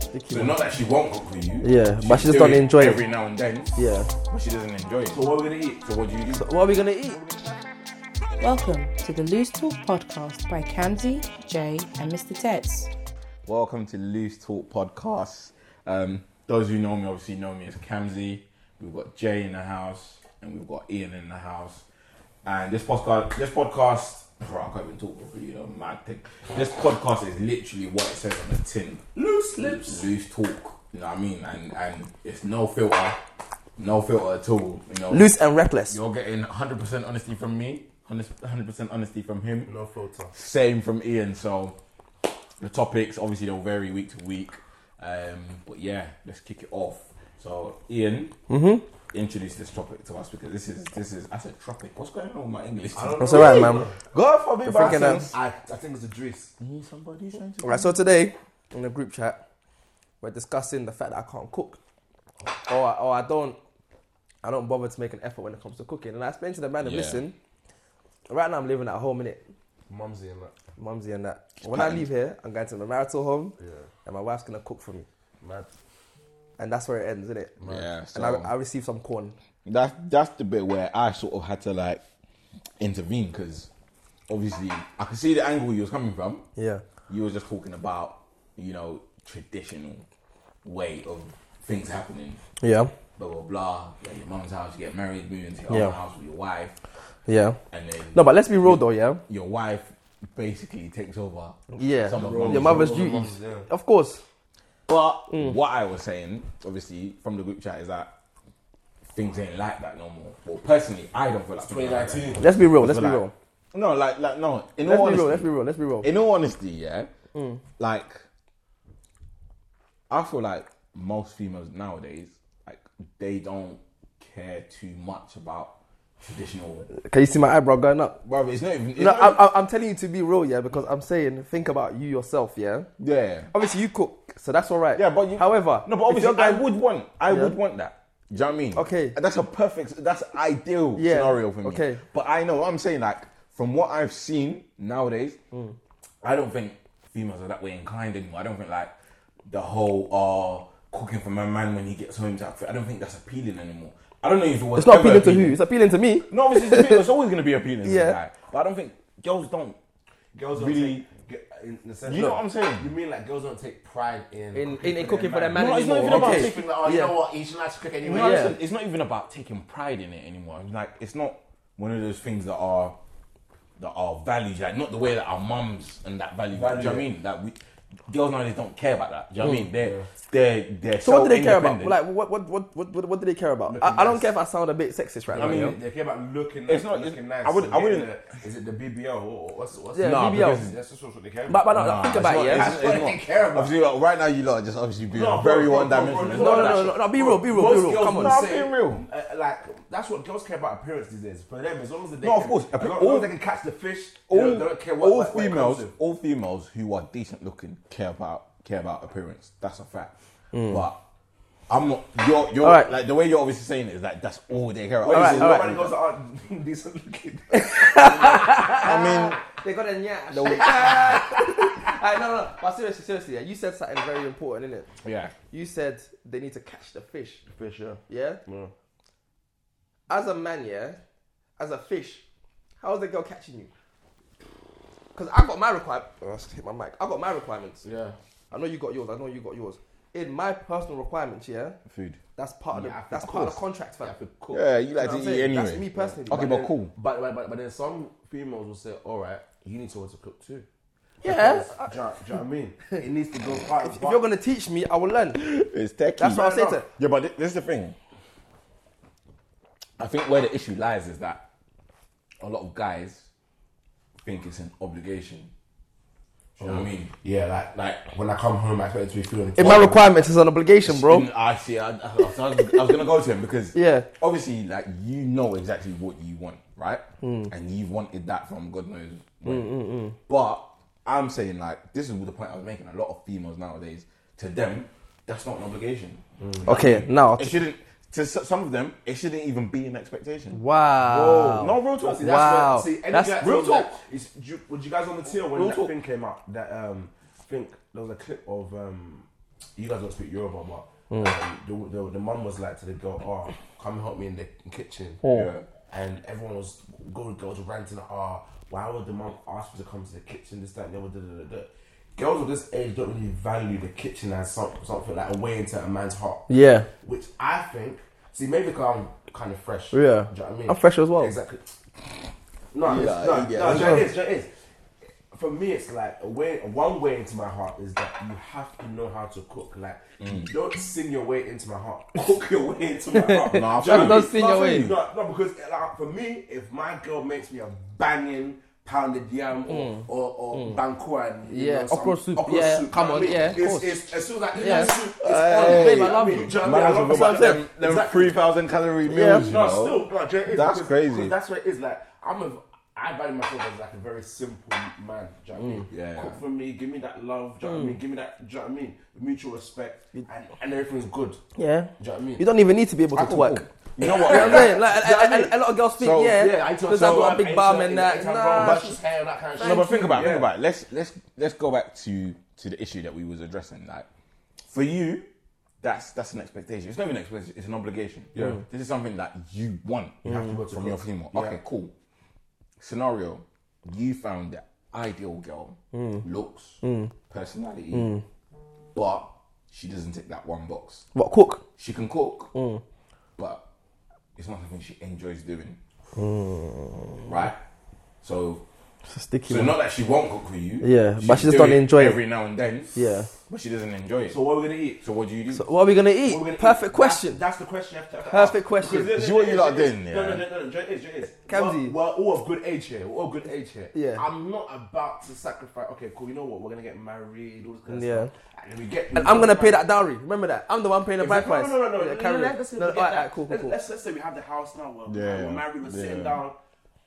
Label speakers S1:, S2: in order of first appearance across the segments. S1: sticky.
S2: So
S1: one.
S2: not that she won't cook for you.
S1: Yeah, but she just
S2: do
S1: don't enjoy it.
S2: every now and then.
S1: Yeah.
S2: But she doesn't enjoy it. So what are we gonna eat? So what do you eat?
S1: What are we gonna eat?
S3: Welcome to the Loose Talk podcast by Kamzi, Jay, and Mr. Tets.
S2: Welcome to Loose Talk Podcast. Um, those who know me obviously know me as Kamzi. We've got Jay in the house and we've got Ian in the house. And this podcast, this podcast, bro, I can't even talk properly. You know, mad thing. This podcast is literally what it says on the tin. Loose lips, loose talk. You know what I mean? And and it's no filter, no filter at all. You know,
S1: Loose and reckless.
S2: You're getting 100% honesty from me, 100% honesty from him.
S4: No filter.
S2: Same from Ian. So the topics obviously they'll vary week to week, um, but yeah, let's kick it off. So Ian, introduce this topic to us because this is this is I said tropic. What's going on with my English?
S4: I don't
S1: That's
S4: know.
S1: alright, man.
S2: God forbid,
S1: The freaking
S2: but I
S1: apps.
S2: think-
S4: I, I think it's a dress.
S2: Need somebody trying to-
S1: Alright, so today in the group chat, we're discussing the fact that I can't cook, or I, or I don't, I don't bother to make an effort when it comes to cooking. And I explained to the man,
S2: Yeah.
S1: listen, right now I'm living at home, innit?
S4: Mumsy and that.
S1: Mumsy and that. When I
S2: patterned.
S1: leave here, I'm going to my marital home,
S4: Yeah.
S1: and my wife's gonna cook for me,
S4: Mad.
S1: and that's where it ends, innit?
S2: Yeah, so
S1: And I, I received some corn.
S2: that's that's the bit where I sort of had to like intervene because obviously I could see the angle you was coming from.
S1: Yeah.
S2: you were just talking about you know traditional way of things happening
S1: Yeah.
S2: blah blah blah like your mum's house you get married move into your
S1: Yeah.
S2: own house with your wife
S1: Yeah.
S2: and then
S1: No, but let's be real though, yeah.
S2: your wife basically takes over
S1: Yeah.
S2: Some of mum's
S1: Your mother's
S4: Some of
S1: duties.
S4: mum's, yeah.
S1: Of course.
S2: but
S1: Mm.
S2: what i was saying obviously from the group chat is that things ain't like that no more well personally i don't feel like things are like that.
S4: 2019.
S1: Let's be real. Let's
S2: But
S1: be real.
S2: like- no like like no in
S1: Let's
S2: all
S1: be real.
S2: honesty,
S1: Let's be real. Let's be real.
S2: in all honesty, yeah, like I feel like most females nowadays, like they don't care too much about traditional.
S1: Can you see my eyebrow going up?
S2: Well, it's not even. It's
S1: No,
S2: not
S1: I'm, I'm- I'm telling you to be real, yeah, because I'm saying think about you yourself, yeah.
S2: even- yeah,
S1: Obviously, you cook, so that's all right.
S2: yeah, but you,
S1: however,
S2: no,
S1: if
S2: but obviously,
S1: you're going-
S2: I would want, I
S1: Yeah.
S2: would want that. Do you know what I mean?
S1: Okay.
S2: that's a perfect, that's ideal
S1: Yeah,
S2: scenario for me.
S1: okay.
S2: but I know I'm saying like from what I've seen nowadays,
S1: Mm.
S2: I don't think females are that way inclined anymore. I don't think like the whole uh cooking for my man when he gets home type thing. I don't think that's appealing anymore. I don't know if it was.
S1: it's not
S2: ever
S1: appealing to who? It's appealing to me.
S2: No, obviously it's, appealing. it's always going to be appealing.
S1: Yeah.
S2: yeah, but I don't think girls don't.
S4: Girls don't
S2: Really-
S4: take. Get, in the sense,
S2: You know what I'm saying?
S4: You mean like girls don't take pride in
S1: In- in- in cooking for their man
S2: No, it's not even
S4: Or
S2: about
S4: just
S2: taking-
S4: think like, oh, you
S1: Yeah.
S4: know what? Each night cook anyway.
S2: No,
S1: Yeah.
S2: listen, it's not even about taking pride in it anymore. It's like it's not one of those things that are that are values, like not the way that our mums and that value. Do you know what I
S4: Value.
S2: mean? That we girls nowadays don't care about that. Do you know what I mean? They're they're they're
S1: So what do they care about?
S2: self-independent.
S1: Like, what, what, what, what, what, what do they care about? I, I don't care if I sound a bit sexist right
S4: I
S1: now.
S4: mean,
S1: yeah?
S4: they care about looking.
S2: It's
S4: It's
S2: not-
S4: not looking
S2: it's-
S4: nice.
S2: I wouldn't-
S4: so
S2: I wouldn't-
S4: getting The, is it the BBL or what's what's?
S1: yeah,
S2: nah,
S1: BBL.
S2: because-
S4: That's just what they care
S1: But,
S4: about.
S1: but no,
S2: Nah,
S1: think
S2: it's
S1: about
S2: not-
S1: it. Yeah?
S2: it's- it's
S4: That's what
S2: not-
S4: they care about.
S2: Obviously, like, right now, you lot are just obviously being
S4: No,
S2: very
S4: bro, bro,
S2: one dimensional.
S4: bro,
S1: no,
S4: bro,
S1: no, no, no, no, be real, be real, be
S4: Most
S1: real.
S4: girls
S1: Come
S4: would
S2: No, I'm
S1: on.
S4: say-
S2: being real.
S4: Uh, like that's what girls care about appearance these days. For them, as long as they
S2: No,
S4: can,
S2: of course.
S4: as long, as
S2: All-
S4: long as they can catch the fish, they
S2: all,
S4: don't, they don't care what.
S2: all
S4: what- what it comes
S2: females,
S4: to.
S2: all females who are decent looking care about care about appearance. That's a fact. But I'm not. You're, you're
S1: Hmm. All right.
S2: like the way you're obviously saying it is that that's all they care about.
S1: All right,
S2: Obviously,
S1: all right.
S4: Nobody goes that aren't decent looking.
S2: I mean,
S1: They got a nyash. Alright, no, no, no. But seriously, seriously, yeah, you said something very important, innit?
S2: yeah,
S1: You said they need to catch the fish.
S4: Fish, yeah.
S1: Yeah? As a man, yeah? As a fish, how's the girl catching you? Because I got my requirements. Oh, I just hit my mic. I got my requirements.
S4: Yeah.
S1: I know you got yours. I know you got yours. In my personal requirements, yeah?
S2: food.
S1: That's part of the,
S4: Yeah, of
S1: that's part of the
S4: course.
S1: contract, fam.
S4: Yeah, for cool.
S2: Yeah, you
S1: You know
S2: like
S1: what
S2: to
S1: I'm
S2: eat
S1: saying?
S2: anyway.
S1: That's me personally,
S2: Okay,
S1: but
S2: but
S1: then-
S2: cool.
S4: But, but but but then some females will say, all right, you need to want to cook too.
S1: Yeah.
S4: Because, do, you know- do you know what I mean? It needs to go part
S1: If you're gonna teach me, I will learn.
S2: It's techie.
S1: That's what I say
S4: enough.
S1: to.
S2: Yeah, but thi- this is the thing. I think where the issue lies is that a lot of guys think it's an obligation. Do you
S1: Hmm.
S2: know what I mean?
S4: yeah, like like when I come home, I expect it to be feeling.
S1: In my requirements is an obligation, bro.
S2: Mm, I see. I, I, I was, I was gonna go to him because
S1: Yeah.
S2: obviously, like you know exactly what you want, right?
S1: Hmm.
S2: And you've wanted that from God knows when. But I'm saying like this is the point I was making. A lot of females nowadays, to them, that's not an obligation.
S1: Hmm. Okay, now.
S2: It shouldn't. To s- some of them, it shouldn't even be an expectation.
S1: Wow.
S2: No real talk.
S4: See, that's
S1: Wow.
S4: What, see, any
S1: That's
S4: guy
S2: real
S4: told me that
S2: talk.
S4: is- do you, would you guys on the tier when
S2: Real
S4: that
S2: talk.
S4: thing came out? That um, I think there was a clip of um, you guys don't speak Yoruba, but
S1: Hmm.
S4: um, the, the, the mum was like to the girl, oh, come help me in the kitchen.
S1: Oh.
S2: Yeah.
S4: And everyone was, girl, girls were ranting, oh, why would the mum ask me to come to the kitchen, this, that, and the other, da, da, da, da. Girls of this age don't really value the kitchen as some, something like a way into a man's heart.
S1: Yeah.
S4: Which I think, see, maybe because I'm kind of fresh.
S1: Yeah.
S4: Do you know what I mean?
S1: I'm fresh as well.
S4: Exactly. No, it's-
S2: Yeah, yeah.
S4: no, no, do you know what it is, do you know what it is. For me, it's like a way. One way into my heart is that you have to know how to cook. Like, don't sing your way into my heart. Mm. Cook your way into my heart.
S2: Nah,
S4: Do you
S2: fam,
S4: know what I
S2: don't
S4: mean?
S1: sing your way.
S4: No, no, because like, for me, if my girl makes me a banging pounded yam or or, or bankuan, you
S1: Mm. Yeah,
S4: know, some
S1: okra soup,
S4: okra
S1: yeah,
S4: soup,
S1: come
S4: you know
S1: on,
S4: what I mean?
S1: yeah, of
S4: It's-
S1: course.
S4: it's- as soon as I eat
S1: Yeah.
S4: that soup, it's
S1: Hey,
S4: on.
S1: babe, I
S4: you know
S1: love
S4: what I
S1: you.
S4: mean? Do you know what I mean? I
S2: Man,
S4: love
S2: that's about
S4: myself.
S2: them, them
S4: Exactly.
S2: 3,000 calorie meals,
S1: Yeah.
S2: you
S4: No,
S2: know?
S4: still, no, do you know what it is?
S2: That's
S4: Because-
S2: crazy.
S4: because That's what it is. Like I'm a, I value myself as like a very simple man. Do you know what I mean?
S2: Mm, yeah.
S4: Cook for me, give me that love. Do you know
S1: Mm.
S4: what I mean? Give me that. Do you know what I mean? Mutual respect, and, and everything's good. Do
S1: Yeah.
S4: you know what I mean?
S1: You don't even need to be able to
S2: can
S1: twerk.
S2: cook. You know what?
S1: You know what I'm saying? Like, a- a, a- a lot of girls think,
S2: So,
S1: yeah,
S4: yeah, I
S1: because I've got a big bum and that. Nah,
S4: But hair, that kind of
S2: No,
S4: shit.
S2: but think about it,
S4: Yeah.
S2: think about it. Let's let's let's go back to to the issue that we was addressing. Like for you, that's that's an expectation. It's not even an expectation. It's an obligation. Yeah. This is something that you want from your female. Okay, cool. Scenario: You found the ideal girl, looks, personality, but she doesn't tick that one box.
S1: what, cook?
S2: She can cook, but it's not something she enjoys doing. Right. So
S1: It's a sticky
S2: so
S1: one.
S2: not that she won't cook for you.
S1: Yeah,
S2: She'll
S1: but she just
S2: do
S1: don't enjoy it.
S2: every now and then.
S1: Yeah.
S2: but she doesn't enjoy it.
S4: So
S2: So,
S4: what are we gonna eat?
S2: what do you do?
S1: So what are we going to eat?
S4: What are we gonna
S1: Perfect
S4: eat?
S1: question.
S4: That's, that's the question you have to have to
S1: Perfect
S4: ask.
S1: question.
S4: Because
S2: Is you what you lot
S4: it is-
S2: doing,
S4: No, no,
S2: yeah?
S4: no, no, no. It is, it is.
S1: Kamsi.
S4: We're, we're all of good age here. We're all good age here.
S1: Yeah.
S4: I'm not about to sacrifice. Okay, cool. You know what? We're gonna get married. All this kind of
S1: Yeah.
S4: stuff. And then we get.
S1: And I'm going to pay that dowry. Remember that. I'm the one paying the bride
S4: Exactly.
S1: price.
S4: No, no, no, no.
S1: Yeah,
S4: no,
S1: carry
S4: no,
S1: on.
S4: let's say
S1: No,
S4: we
S1: all
S4: get
S1: right,
S4: that.
S1: all right, cool, cool,
S4: Let's-
S1: cool.
S4: Let's let's say we have the house now. We're,
S2: Yeah.
S4: we're married. We're sitting
S2: Yeah.
S4: down.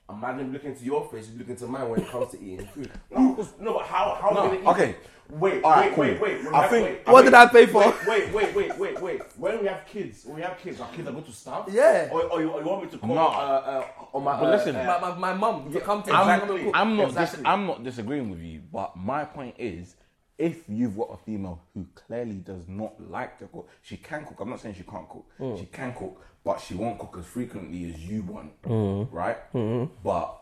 S4: I'm not even looking to your face. You're looking to mine when it comes to eating food. No, no, but how? How are we
S2: No,
S4: gonna eat?
S2: okay.
S4: Wait,
S2: All right,
S4: wait, wait,
S2: cool.
S4: wait,
S2: I
S4: wait,
S2: think-
S4: wait,
S1: What
S4: wait.
S1: did I pay for?
S4: Wait, wait, wait, wait, wait. When we have kids, when we have kids, our kids are going to starve.
S1: Yeah.
S4: Or, or, you, or you want me to cook?
S2: No.
S4: Uh, uh, on my.
S2: But
S4: uh,
S2: listen,
S4: uh,
S1: My, my, my mum to come to me,
S2: I'm,
S1: I'm gonna
S4: Exactly.
S1: cook.
S2: I'm not dis-
S4: Exactly.
S2: I'm not disagreeing with you, but my point is, if you've got a female who clearly does not like to cook, she can cook. I'm not saying she can't cook.
S1: Mm.
S2: She can cook, but she won't cook as frequently as you want,
S1: Mm.
S2: right?
S1: Mm-hmm.
S2: But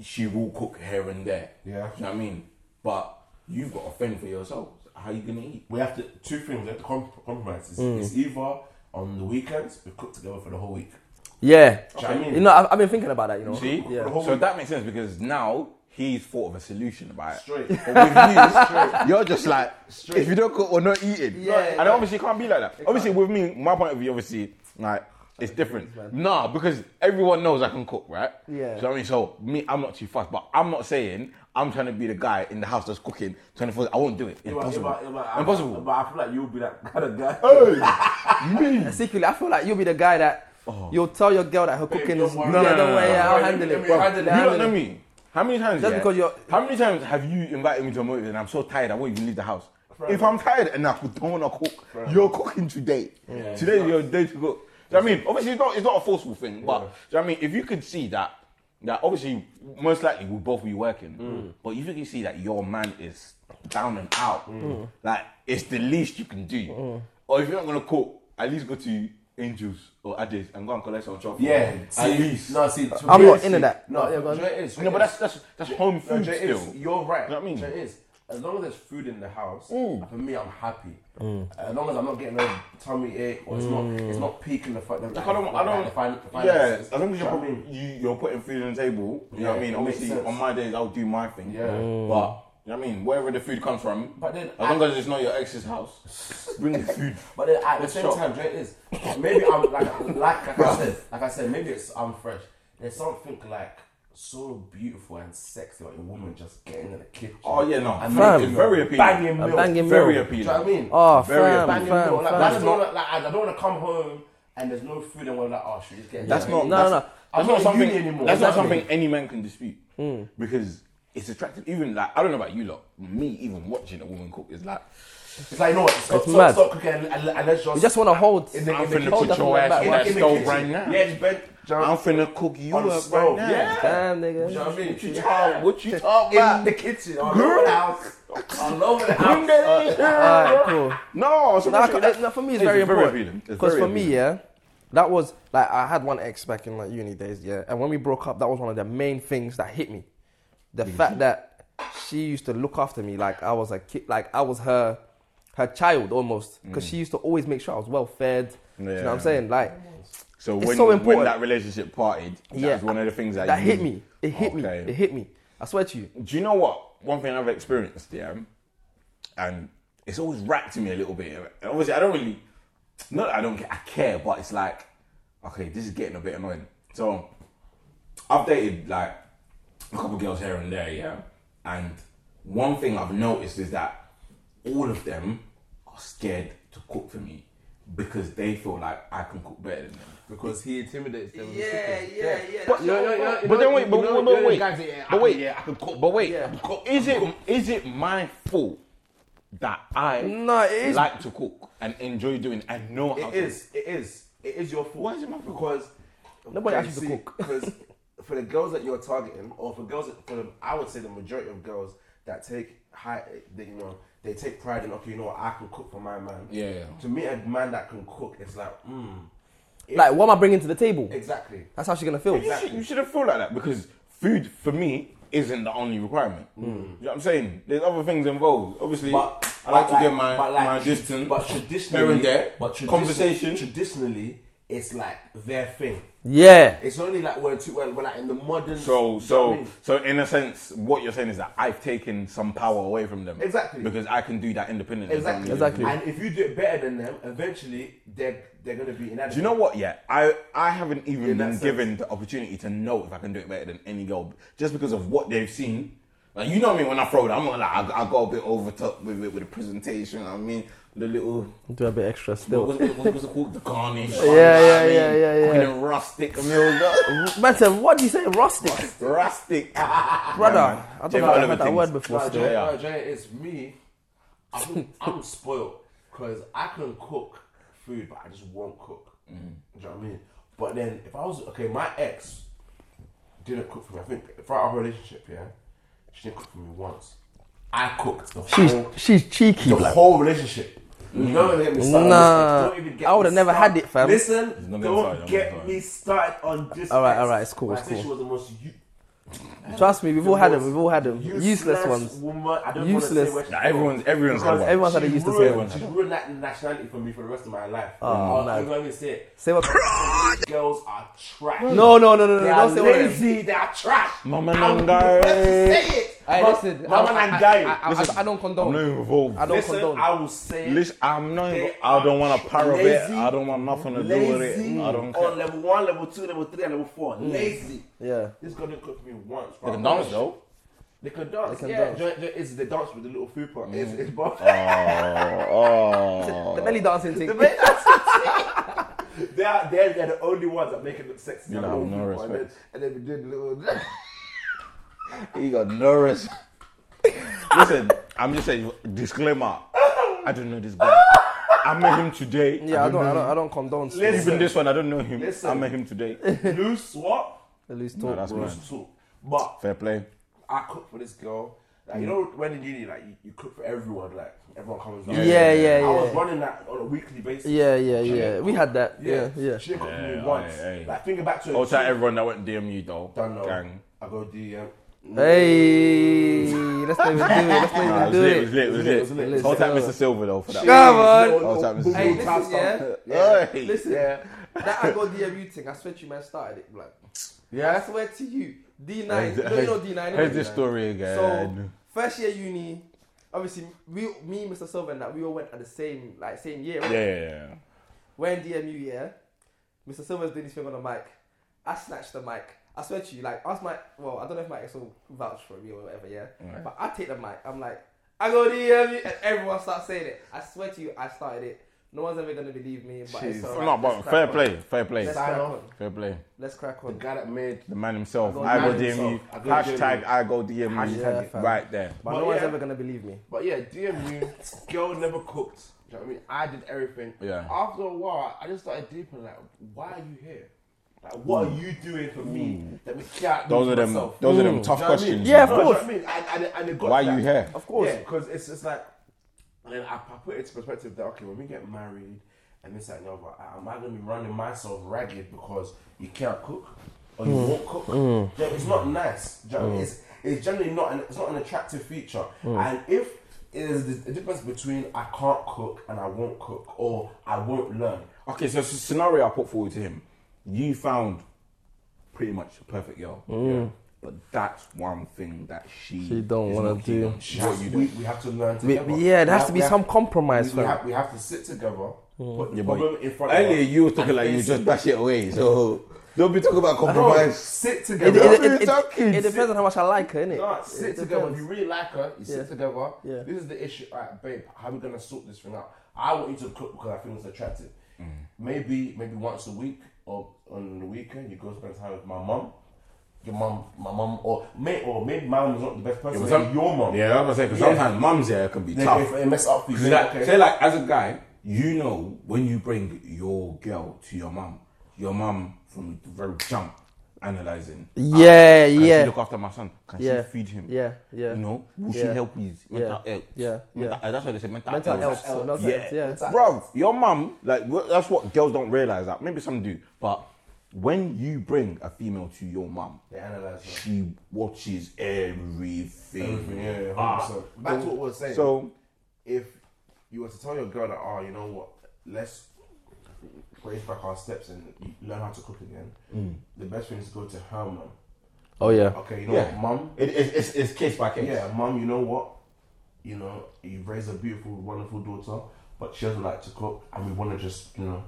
S2: she will cook here and there.
S4: Yeah.
S2: you know what I mean. But you've got to fend for yourself. How you gonna eat?
S4: we have to two things. We have to comp- compromise. It's, it's either on the weekends we cook together for the whole week.
S1: Yeah.
S4: Do you know what I mean?
S1: You know, I've, I've been thinking about that, you know.
S2: See?
S1: Yeah.
S2: So that makes sense because now he's thought of a solution about it.
S4: Straight.
S2: But with you, you're just like, if you don't cook or not eating.
S1: Yeah,
S2: and
S1: yeah.
S2: obviously it can't be like that. Obviously, with me, my point of view, obviously, like, it's different. Nah, because everyone knows I can cook, right?
S1: Yeah.
S2: So I mean, so me, I'm not too fast, but I'm not saying I'm trying to be the guy in the house that's cooking 24. I won't do it.
S4: But-
S2: Impossible.
S4: but- but I-
S2: Impossible.
S4: But I feel like you'll be that kind of guy.
S2: me.
S1: Secretly, I feel like you'll be the guy that you'll tell your girl that her cooking
S4: don't
S1: is
S4: worry.
S1: no,
S4: No,
S1: Oh. no,
S4: no,
S1: no
S4: no,
S1: way,
S4: no,
S1: yeah,
S4: no,
S1: I'll
S4: no,
S1: handle
S4: no,
S1: it.
S4: no, no,
S1: I'll
S4: no,
S1: handle
S4: no,
S1: it. I'll
S2: You don't know
S1: handle it.
S2: me. How many times?
S1: Just
S2: yeah,
S1: because you're-
S2: How many times have you invited me to a motive and I'm so tired I won't even leave the house? if I'm tired and I don't want to cook, you're cooking today. Today is your day to cook. Do you know what I mean? Obviously, it's not, it's not a forceful thing, but do you know what I mean? If you could see that, that obviously, most likely we'll both be working, but if you can see that your man is down and out, like it's the least you can do. Or if you're not going to cook, at least go to Angels or Adidas and go and collect some chocolate.
S4: Yeah,
S2: at
S4: see,
S2: least.
S4: No, see, to
S1: I'm
S4: me,
S1: not
S4: see,
S1: into that.
S4: No,
S1: No, yeah, go on.
S4: do you know what it is?
S2: No, but that's that's that's home
S4: No,
S2: food
S4: do you know what it is?
S2: still.
S4: You're right.
S2: know what I mean? Mm.
S4: Do you know what it is? As long as there's food in the house, for me, I'm happy. As long as I'm not getting a tummy ache or it's not it's not peaking the fuck.
S2: Mm. Like, I don't, I don't. yeah, as long as you're, putting, you, you're putting food on the table, you know what I
S4: Yeah,
S2: mean.
S4: it
S2: Obviously,
S4: makes sense.
S2: on my days I'll do my thing.
S4: Yeah.
S2: but you know what I mean. Wherever the food comes from,
S4: But then
S2: as
S4: I-
S2: long as it's not your ex's house, bring the food.
S4: But then at the
S2: Let's
S4: same
S2: shop.
S4: time, do you know what it is? Maybe I'm like, like, like I said, like I said, maybe it's I'm fresh. There's something like so beautiful and sexy about a woman just getting in the kitchen.
S2: Oh yeah, no,
S4: And
S1: Fam.
S2: it's very appealing.
S4: Banging milk.
S1: banging
S2: very
S1: milk.
S4: Do you
S2: appealing.
S4: know what I mean?
S1: Oh,
S2: Very
S1: fam,
S2: appealing.
S4: banging
S1: fam,
S4: milk. Like,
S1: fam.
S4: that's not, like, I I don't want to come home and there's no food and we're like, oh, should we just get
S2: That's not.
S1: No,
S2: that's,
S1: no, no.
S2: That's
S4: I'm
S2: not
S4: not
S2: something.
S4: uni anymore.
S2: That's not
S4: Exactly.
S2: something any man can dispute because it's attractive. Even like I don't know about you lot, me even watching a woman cook is like.
S4: It's like, you know what? Stop,
S1: It's
S4: stop,
S1: mad.
S4: stop cooking and, and, and let's just.
S1: You just want to hold.
S4: In the-
S2: I'm
S4: in
S2: finna
S4: the
S2: put
S1: kitchen.
S2: your ass
S1: Back
S2: in
S1: up
S2: that
S1: in
S2: stove
S4: kitchen.
S2: right now.
S4: Yeah, just bend, Do you know
S2: I'm
S4: what
S2: finna cook you
S4: On the
S2: up right
S4: stove,
S2: now.
S4: yeah.
S1: Damn,
S4: Do you know
S1: nigga.
S4: what I mean?
S2: You talk- What you talking
S4: Yeah. In
S2: about?
S4: the kitchen, all over the house, all over the house. Uh,
S1: Alright, cool.
S2: No, so
S1: No, I
S2: much-
S1: ca- that- no, for me, it's,
S2: It's
S1: very
S2: very appealing.
S1: important.
S2: It's
S1: Because
S2: very
S1: for me, yeah, that was like I had one ex back in like uni days, yeah, and when we broke up, that was one of the main things that hit me. The
S2: Mm.
S1: fact that she used to look after me like I was a kid, like I was her, her child almost, because she used to always make sure I was well fed. You know what
S2: Mm. Yeah.
S1: I'm saying? Like
S2: So
S1: It's
S2: when,
S1: so
S2: when
S1: important.
S2: that relationship parted, that
S1: Yeah.
S2: was one of the things that
S1: that
S2: you-
S1: hit me. It hit
S2: Okay.
S1: me. It hit me. I swear to you.
S2: Do you know what? One thing I've experienced, yeah, and it's always racked me a little bit. And Obviously, I don't really, not that I don't, ca- I care, but it's like, okay, this is getting a bit annoying. So, I've dated like a couple girls here and there, yeah, and one thing I've noticed is that all of them are scared to cook for me because they feel like I can cook better than them.
S4: Because he intimidates them.
S2: But, but then wait, but, but, but wait, but wait, yeah, I can cook, but wait,
S1: Yeah.
S2: I can cook. is it is it my fault that I
S1: No, it is.
S2: like to cook and enjoy doing and know how
S4: It
S2: to
S4: is. It is. It is your fault.
S2: Why is it my fault?
S4: Because
S1: Nobody asked you to cook.
S4: Because for the girls that you're targeting, or for girls, that, for the, I would say the majority of girls that take high, they, you know, they take pride in okay, you know, what, I can cook for my man.
S2: Yeah, yeah.
S4: To me, a man that can cook is like, mm,
S1: Like, what am I bringing to the table?
S4: exactly.
S1: That's how she's gonna feel.
S2: You, should, you shouldn't feel like that because food for me isn't the only requirement. You know what I'm saying? There's other things involved. Obviously,
S4: Hmm. But
S2: I like
S4: but
S2: to get my,
S4: but like,
S2: my
S4: trad-
S2: distance,
S4: But traditionally,
S2: here and there,
S4: but tradi-
S2: conversation.
S4: Traditionally, it's like their thing.
S1: Yeah.
S4: It's only like we're too we're, we're like in the modern.
S2: So,
S4: do you know what I
S2: so,
S4: mean?
S2: so, in a sense, what you're saying is that I've taken some power away from them.
S4: Exactly.
S2: Because I can do that independently.
S4: Exactly.
S1: Exactly.
S4: And if you do it better than them, eventually they're they're gonna be inadequate.
S2: Do you know what? Yeah, I I haven't even
S4: In that
S2: been
S4: sense.
S2: given the opportunity to know if I can do it better than any girl just because of what they've seen. Like you know me when I throw it, I'm not like I, I go a bit over top with it with the presentation. I mean the little
S1: Do a bit extra
S2: what
S1: still.
S2: was, what was it called the garnish.
S1: yeah,
S2: I mean,
S1: yeah, yeah, yeah.
S2: cooking them rustic meals,
S1: Man said, what do you say? Rustic.
S2: rustic.
S1: Brother,
S2: Yeah, man.
S1: I don't
S2: They've
S1: know if
S2: got
S1: I've heard that
S2: things.
S1: word before.
S4: Nah, do
S1: Still.
S4: you know-
S2: Yeah.
S4: nah, do you know what it is? me. I'm, I'm spoiled because I can cook food, but I just won't cook.
S2: Mm-hmm.
S4: Do you know what I mean? But then if I was okay, my ex didn't cook for me. I think throughout our relationship, yeah, she didn't cook for me once. I cooked the
S1: She's
S4: whole
S1: she's cheeky.
S4: the whole relationship. Don't get me started on
S1: Nah.
S4: this. Don't even
S1: I
S4: get
S1: would've
S4: me
S1: never
S4: start-
S1: had it, fam.
S4: Listen,
S2: not
S4: don't,
S2: getting started, don't
S4: get
S2: get started.
S4: me started on this.
S1: All right,
S4: ex.
S1: all right, it's cool,
S4: When
S1: it's
S4: I say
S1: cool.
S4: She was the most u-
S1: Trust me, we've all had
S4: the
S1: them. We've all had them.
S4: most
S1: Useless, ones.
S4: Woman. I don't
S1: Useless.
S4: Want to say
S2: Nah, everyone's everyone's had
S4: Because
S2: one.
S1: everyone's had a
S4: she
S1: useless
S4: ruined-
S1: one.
S4: She ruined that nationality for me for the rest of my life. Oh,
S1: no.
S4: I'm not even say it.
S1: Say what?
S4: Girls are trash.
S1: No, no, no, no, no.
S4: They
S1: Don't
S4: are
S1: say what. it is.
S4: lazy. They are trash.
S2: Mama
S4: I'm
S2: and
S4: the first
S2: guy.
S4: to say it.
S1: Hey,
S4: Ma-
S1: listen.
S4: Mama
S1: I-
S4: and
S1: I-
S4: guy.
S1: I, I- I don't condone.
S2: I'm not involved.
S1: I don't
S4: Listen,
S1: condone.
S4: I will say it.
S2: Listen, I'm not.
S4: They
S2: I don't want
S4: are
S2: a part of it.
S4: lazy,
S2: I don't want nothing to do with it.
S4: lazy
S2: I don't care. Mm.
S4: on level one, level two, level three, and level four. Lazy.
S1: yeah.
S4: This girl didn't cook for me once.
S2: They can dance though.
S4: They can dance.
S1: They can
S4: yeah,
S1: dance.
S4: Jo- Jo- it's the dance with the little food part. It's,
S2: Mm.
S4: it's both.
S2: Oh,
S1: The belly dancing thing.
S4: The main activity. they are they're, they're the only ones that make it look sexy.
S2: You
S4: Like,
S2: know,
S4: little
S2: no
S4: people, and
S2: respect.
S4: then- And then we did little.
S2: oh. he got nervous. Listen, I'm just saying disclaimer. I don't know this guy. I met him today.
S1: Yeah, I don't, I
S2: know
S1: don't,
S2: him.
S1: I don't condone. Still.
S4: Listen.
S2: Even this one, I don't know him.
S4: Listen.
S2: I met him today.
S4: loose what?
S1: At least talk.
S2: that's
S1: bro.
S2: mine.
S4: Loose talk. But
S2: Fair play.
S4: I cook for this girl. Like,
S2: Mm.
S4: you know, when in uni, like you, you cook for everyone, like everyone comes. round.
S1: Yeah, yeah,
S4: I was
S1: yeah.
S4: running that on a weekly basis.
S1: Yeah, yeah, yeah. We had that.
S4: Yeah,
S1: Yeah, yeah.
S4: She didn't cook for me
S2: Yeah,
S4: once.
S2: aye, aye.
S4: Like, thinking back to it.
S2: Also, everyone that went DMU though.
S4: Don't know.
S2: Gang.
S4: I go DM.
S1: Hey, let's not even do it. Let's
S2: Nah,
S1: not even
S2: it was
S1: do
S2: lit, it
S1: it.
S2: was lit, it was
S4: It was lit, it
S2: lit.
S4: was
S2: Hold
S1: lit.
S2: tight, Mr. Silver, though, for that.
S1: Come on.
S2: Hold tight, Mr.
S1: Hey,
S2: Silver.
S1: listen, yeah.
S2: Hey.
S1: Listen,
S4: Yeah.
S1: that I got DMU thing. I swear to you, man, started it, black. I
S4: Yeah.
S1: swear to you, D9.
S2: Here's-
S1: you know, you know D9.
S2: Here's
S1: innit?
S2: this story
S1: So
S2: again.
S1: first year uni, obviously we, me, Mr. Silver, and that we all went at the same like same year.
S2: Yeah,
S1: innit?
S2: yeah, yeah.
S1: We're in DMU year. Mr. Silver's doing his thing on the mic. I snatched the mic. I swear to you, like ask my well, I don't know if my ex will vouch for me or whatever, yeah. But I take the mic. I'm like, I go DMU, and everyone starts saying it. I swear to you, I started it. No one's ever gonna believe me, but it's
S4: Jeez.
S1: alright.
S2: No, but
S1: Let's crack
S2: fair
S1: on.
S2: play, fair play,
S1: Let's
S4: Sign
S1: crack
S4: off.
S1: on.
S2: fair play.
S1: Let's crack
S4: The
S1: on.
S4: guy that made
S2: The man himself.
S1: I
S2: I
S1: go
S2: go DMU.
S4: himself. I go
S2: E. Hashtag
S4: DMU.
S2: I go DMU.
S1: Hashtag fam.
S2: E. Right there.
S1: But
S4: But
S1: no one's
S4: yeah.
S1: ever gonna believe me.
S4: But yeah, DMU, girl never cooked. Do you know what I mean? I did everything.
S2: Yeah.
S4: After a while, I just started deep in like, why are you here? Like, what are you doing for me that we can't do
S2: Mm. Those
S4: for
S2: are them.
S4: myself?
S2: Those are
S4: Do
S2: them
S4: you
S2: tough
S4: know what I mean?
S2: questions.
S1: Mm. Yeah, of
S2: man.
S4: No, do you know
S1: course.
S4: what I mean, and, and, and it got
S2: Why
S4: to
S2: you
S4: that.
S2: here?
S1: Of course.
S4: Yeah, because it's it's like, and then I, I put it into perspective that okay, when we get married and this that, and the other, I- am I gonna be running myself ragged because you can't cook or you
S2: Mm.
S4: won't cook? Yeah, it's not nice. Do you know what I mean? It's it's generally not an it's not an attractive feature.
S2: Mm.
S4: And if there's the difference between I can't cook and I won't cook or I won't learn.
S2: Okay, so it's a scenario I put forward to him. You found pretty much a perfect girl. Yeah. But that's one thing that she
S5: She don't
S2: is
S5: wanna
S2: not keen
S5: do.
S2: on. She
S4: That's-
S2: what you
S4: we,
S2: do.
S4: we have to learn
S1: We-
S4: together.
S1: yeah, there has to
S4: We have-
S1: be
S4: we have-
S1: some compromise,
S4: We, we,
S1: fam.
S4: have, we have to sit together, put the
S2: Mm. Yeah, but
S4: problem in front of
S2: Earlier
S4: us.
S2: you were talking
S4: and
S2: like you
S4: face
S2: just
S4: it.
S2: bash it away. So don't be talking about
S4: No,
S2: compromise.
S4: sit
S1: It,
S4: together.
S1: it, it, it,
S2: You're joking.
S1: it, depends on how much I like her, innit?
S4: No,
S1: It
S4: sit together. If
S1: depends.
S4: you really like her, you
S1: Yeah.
S4: sit together.
S1: Yeah.
S4: This is the issue. All right, babe, how we gonna sort this thing out? I want you to cook because I feel it's attractive.
S2: Mm.
S4: Maybe maybe once a week or on the weekend you go spend time with my mum. Your mum, my mum, or may or maybe my mum's not the best person.
S2: but
S4: maybe
S2: some-
S4: your mum.
S2: Yeah, that's what I'm saying. Because
S4: Yeah.
S2: sometimes mums there can be
S4: They,
S2: tough.
S4: they, they mess up for you.
S2: Say
S4: Maybe,
S2: like,
S4: okay.
S2: say like as a guy, you know when you bring your girl to your mum, your mum from the very jump analyzing.
S4: Ah,
S1: Yeah,
S2: Can
S1: yeah.
S2: she look after my son? Can
S1: Yeah.
S2: she feed him?
S1: Yeah, yeah.
S2: You know, will
S1: Yeah.
S2: she help his mental
S1: Yeah.
S2: health?
S1: Yeah,
S2: Mental-
S1: yeah.
S2: that's what they say. Mental,
S1: Mental health, so mental
S2: yeah.
S1: health, yeah.
S2: bro. Your mum, like wh- that's what girls don't realize. That maybe some do, but when you bring a female to your mum,
S4: They analyze her.
S2: she watches everything.
S4: Everything, yeah, yeah,
S2: Ah.
S4: 100%. Back to what we we're saying.
S2: So
S4: if you were to tell your girl that, oh, you know what, let's raise back our steps and learn how to cook again, the best thing is to go to her mum.
S1: Mm. Oh, yeah.
S4: Okay, you know
S2: Yeah.
S4: what, mum?
S2: it, it's, it's it's case by case.
S4: Yeah, mum, you know what? You know, you raised a beautiful, wonderful daughter, but she doesn't like to cook, and we want to just, you know,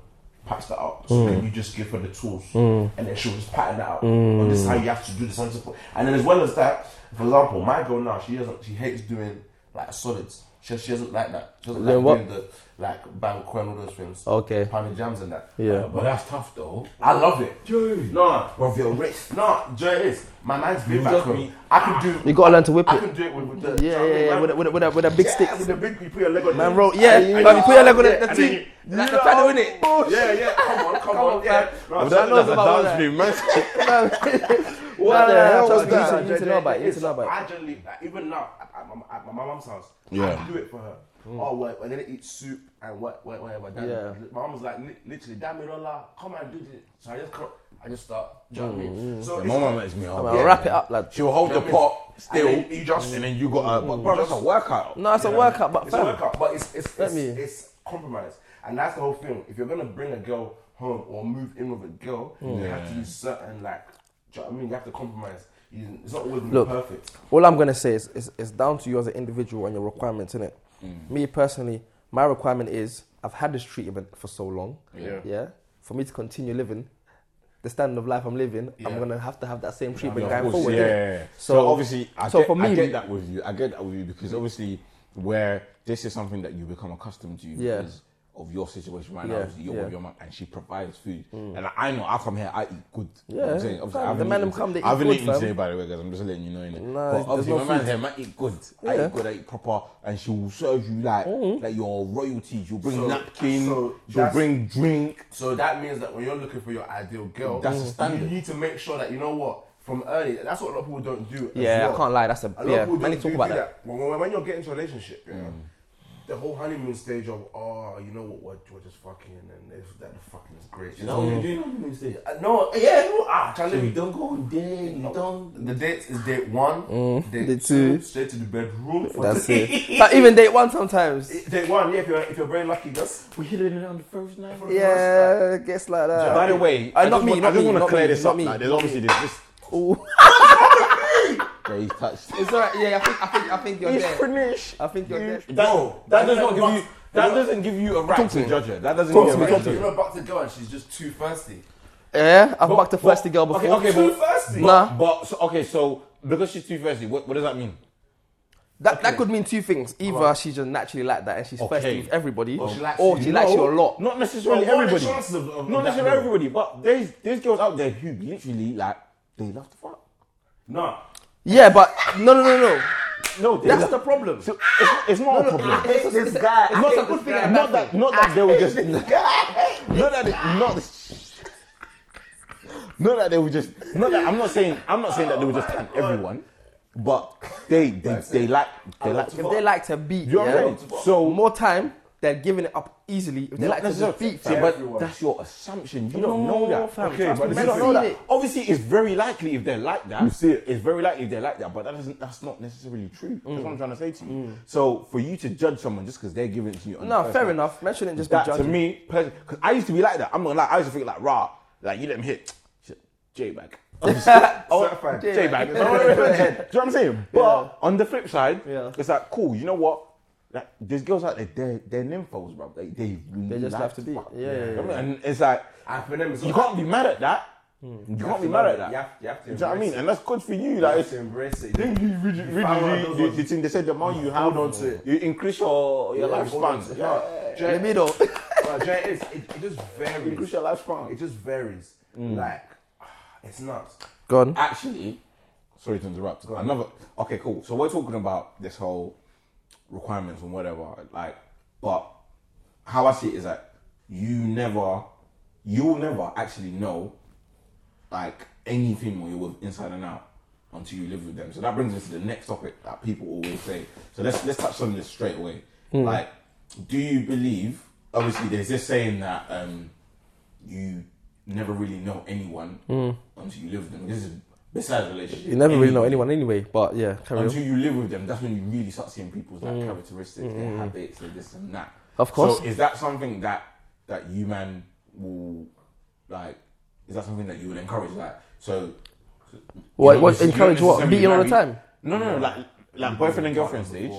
S4: patch that up. So
S1: Mm.
S4: can you just give her the tools, and then she'll just pattern that out.
S1: Mm.
S4: Or this is how you have to do this. And so forth. And then as well as that, for example, my girl now, she doesn't, she hates doing like solids. She, she doesn't like that. She doesn't
S1: Then
S4: like
S1: what-
S4: doing the like banquet and all those things.
S1: Okay.
S4: Pounded jams and that. Uh,
S1: Yeah.
S2: But that's tough though.
S4: I love it.
S2: Dude.
S4: No,
S2: Bro, you're rich.
S4: no, Joe it is. My mind's been back
S2: just
S4: home.
S2: be-
S4: I can do.
S1: You gotta learn to whip
S4: I
S1: it.
S4: can do it with, with the.
S1: Yeah, yeah, yeah. With a, with a, with a, with a big stick.
S4: Ah, Yeah, with the big, you put your leg on
S1: Man,
S4: it.
S1: roll. Yeah,
S4: And-
S1: you,
S4: and
S1: you put your leg on
S4: yeah,
S1: the, the
S4: and
S1: team.
S4: then you-
S1: Like a
S4: you
S1: paddle,
S4: know.
S1: innit?
S4: Yeah, yeah. Come on, come, on, yeah. Bro,
S1: That knows about that. What
S2: the hell was
S1: You need
S2: that?
S1: to- you need to know about it. You need to know about it.
S4: I generally, like, even now, at, at, my- at my mum's house,
S2: Yeah.
S4: I do it for her. Oh, wait, and then eat soup and what, what, whatever. Dad,
S1: Mm. Yeah.
S4: My mum was like, li- literally, damn it, Lola, come and do this. So I just come, I just start. Do you know what
S1: Mm,
S4: I mean? So it's-
S2: My mum lets me up.
S1: Well, wrap it up, lad.
S2: She'll hold the pot still, and
S4: And then
S2: then
S4: you just-
S2: you got a. Bro, that's a workout.
S1: No, it's a workout, but
S4: It's a
S1: fam.
S4: workout, but it's it's
S1: Let
S4: it's,
S1: me-
S4: it's compromise, and that's the whole thing. If you're gonna bring a girl home or move in with a girl,
S1: Mm.
S4: you have to do certain like. Do you know what I mean? You have to compromise. You, it's not always gonna
S1: Look.
S4: be perfect.
S1: All I'm gonna say is, is it's down to you as an individual and your requirements, innit?
S2: Mm.
S1: Me personally, my requirement is I've had this treatment for so long.
S2: Yeah.
S1: Yeah. For me to continue living, the standard of life I'm living, I'm
S4: Yeah.
S1: gonna have to have that same
S2: Yeah,
S1: treatment
S2: of
S1: going
S2: course,
S1: forward.
S2: yeah,
S1: innit?
S2: yeah, yeah. So,
S1: So-
S2: obviously, I,
S1: so
S2: get,
S1: for
S2: I
S1: me-
S2: get that with you. I get that with you because obviously, where this is something that you become accustomed to
S1: Yeah.
S2: because of your situation right now.
S1: Yeah,
S2: obviously, You're
S1: yeah. Mm.
S2: with your mum, and she provides food. And like, I know I come here, I eat good. You know what
S1: Yeah,
S2: I'm saying?
S1: fam,
S2: Obviously, I
S1: the
S2: haven't
S1: man
S2: eaten-
S1: them come, they eat
S2: I haven't
S1: good,
S2: eaten
S1: fam.
S2: today, by the way, guys. I'm just letting you know. Innit?
S1: Nah,
S2: but
S1: there's
S2: obviously,
S1: no
S2: my man's here, man, eat good. I
S1: Yeah. Mm-hmm.
S2: eat good. I eat proper, and she will serve you like like your royalties. You'll bring
S4: So-
S2: napkins.
S4: so
S2: she'll
S4: that's-
S2: bring drink.
S4: So that means that when you're looking for your ideal girl,
S2: That's
S1: Mm-hmm. Mm.
S2: the standard.
S4: You need to make sure that you know what from early. That's what a lot of people don't do. as
S1: Yeah, I
S4: well.
S1: can't lie. That's a,
S4: A lot
S1: yeah.
S4: of people
S1: I need
S4: don't
S1: to
S4: do,
S1: talk
S4: do
S1: about that.
S4: that. When, when, when you're getting into a relationship, yeah, the whole honeymoon stage of oh, you know what, we're, we're just fucking and this, that the fucking is great. You know,
S2: what you're doing? You say,
S4: Uh, No, yeah, you ah,
S2: So you
S4: challenge.
S2: don't go on there. You don't.
S4: The date is date one,
S2: Mm.
S4: date,
S1: date
S4: two,
S1: two.
S4: straight to the bedroom. for
S1: That's
S4: the-
S1: it. But even date one sometimes.
S4: Date one, yeah. If you're if you're very lucky, just
S2: We hit it on the first night.
S1: Yeah, it gets like that.
S2: By the way,
S1: Uh,
S2: I
S1: not
S2: just
S1: me,
S2: want,
S1: not
S2: I just
S1: me,
S2: want to
S1: not
S2: clear
S1: me,
S2: this
S1: not
S2: up.
S1: me.
S2: Like, there's obviously there's this.
S1: Ooh.
S2: Yeah, he's touched.
S1: it's alright. Yeah, I think I think I think you're there.
S2: finished.
S1: I think you're there.
S2: That, that does not give you. That
S4: Talk
S2: doesn't give you a right to judge her. That doesn't
S1: Talk
S2: give
S1: to me,
S2: you a
S1: talk to
S2: right to
S1: me.
S2: judge
S4: you're about to go and she's just too thirsty.
S1: Yeah, I've bucked a
S2: but-
S1: thirsty girl before.
S2: Okay, okay,
S4: Too
S2: but,
S4: thirsty.
S2: but-
S1: Nah.
S2: But so, okay, so because she's too thirsty, what, what does that mean?
S1: That, that could mean two things. Either she's just naturally like that and she's
S2: Okay.
S1: thirsty with everybody,
S4: Or she likes
S1: or
S4: you.
S1: she likes you a
S2: No,
S1: lot.
S2: Oh, Not necessarily
S4: Well, what are the
S2: everybody.
S4: chances of- of
S2: not
S4: that
S2: necessarily
S4: though?
S2: everybody, but there's there's girls out there who literally like they love to fuck.
S4: No,
S1: Yeah, but no, no, no, no.
S2: No, they
S1: That's
S2: love-
S1: the problem.
S2: So it's, it's not a problem.
S1: hate this guy. I
S2: Not
S1: hate
S2: a good
S1: this
S2: thing.
S1: guy.
S2: Not that. Not that they were just. Not that. It, not. Not that they were just. Not that I'm not saying. I'm not saying that they were just tan everyone, but they they they like they like.
S1: If they like to beat,
S2: You know what
S1: yeah,
S2: I'm saying? So-
S1: more time, they're giving it up easily. If they like
S2: Not
S1: to just
S2: necessarily-
S1: beat,
S2: Yeah,
S1: fam.
S2: but
S4: everyone.
S2: that's your assumption. You
S1: No,
S2: don't know that.
S1: fam,
S2: okay,
S1: trust
S2: but
S1: me,
S2: you
S1: man,
S2: don't know
S1: I've
S2: that.
S1: seen it.
S2: Obviously, it's very likely if they're like that.
S4: You see it.
S2: It's very likely if they're like that, but that doesn't. That's not necessarily true. That's
S1: Mm.
S2: what I'm trying to say to you. So for you to judge someone just because they're giving it to you, on the
S1: no,
S2: first
S1: fair
S2: one,
S1: enough. Man shouldn't just be
S2: that
S1: judging.
S2: to me, because I used to be like that. I'm not gonna lie. I used to think like, rah, like you let him hit, J bag.
S4: Certified.
S2: J bag.
S1: Yeah.
S2: Do you know what I'm saying? But on the flip side,
S1: Yeah.
S2: it's like cool. You know what? Like, there's girls out there, they're, they're nymphos, bro. Like, they
S1: They just
S2: like
S1: have to be.
S2: fuck.
S1: Yeah, yeah,
S2: You know
S1: yeah.
S2: what I mean? And it's like
S4: And for them, it's
S2: you
S4: not-
S2: can't be mad at that. You can't be mad
S4: to love
S2: at
S4: it.
S2: that.
S4: You have- you have to
S2: Do you know what I
S4: embrace
S2: mean?
S4: it.
S2: And that's good for you.
S4: You
S2: Like,
S4: have
S2: it's,
S4: to embrace it.
S2: then you read, read,
S4: found out
S2: read,
S4: those
S2: the,
S4: ones.
S2: the thing they said the more you have,
S4: Hold on to it.
S2: you increase your your
S4: Yeah, hold on to
S2: lifespan.
S4: it.
S2: Yeah.
S4: Yeah.
S1: Let me know.
S4: But do you know what it is? It, it just
S2: Increase
S4: varies.
S2: your lifespan.
S4: It just varies.
S2: Mm.
S4: Like, it's nuts.
S1: Gone.
S2: actually, sorry to interrupt. Another okay, cool. So we're talking about this whole requirements and whatever, like, but how I see it is that you never, you'll never actually know, like any female you're with inside and out until you live with them. So that brings us to the next topic that people always say. So let's let's touch on this straight away.
S1: Hmm.
S2: Like, do you believe? Obviously, there's this saying that. um you never really know anyone until you live with them. This is besides relationship.
S1: Hmm. You never really know anyone anyway, but yeah, carry on.
S2: Until you live with them, that's when you really start seeing people's like characteristics, their habits, their this and that.
S1: Mm. Mm-hmm. Of course.
S2: So is that something that that you man will like? Is that something that you would encourage? Like so.
S1: What-
S2: you don't
S1: what-
S2: necess- you don't
S1: encourage what?
S2: necessarily
S1: Beating all the
S2: marry-
S1: time?
S2: No, no, no. Like like boyfriend and girlfriend stage.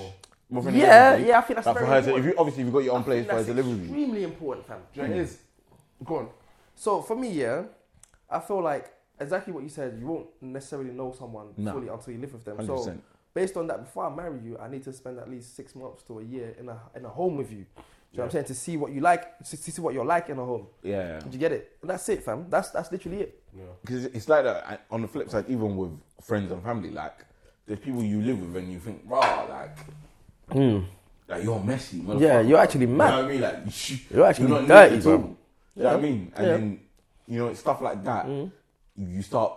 S2: Boyfriend and
S1: Yeah,
S2: girlfriend stage.
S1: yeah, I think that's
S2: like for
S1: very
S2: her to, if you obviously if you got your own place for Hmm. her
S1: That's
S2: to live with you.
S1: extremely important, fam.
S4: Do you know what it is? Go on.
S1: So for me, yeah, I feel like exactly what you said. You won't necessarily know someone
S2: No.
S1: fully until you live with them. So
S2: 100%.
S1: based on that, before I marry you, I need to spend at least six months to a year in a in a home with you. Do you know what I'm saying? To see what you like, to to see what you're like in a home.
S2: Yeah.
S1: Do you get it? And that's it, fam. That's that's literally it.
S2: because it's like that I- on the flip side even with friends and family like there's people you live with and you think rah like like you're messy motherfucker.
S1: Hmm. Yeah, you're actually
S2: you know
S1: mad.
S2: what I mean like sh-
S1: You're actually
S2: not neat
S1: dirty,
S2: at all.
S1: bro.
S2: you know what I mean and
S1: Yeah. Mm.
S2: then you know it's stuff like that you start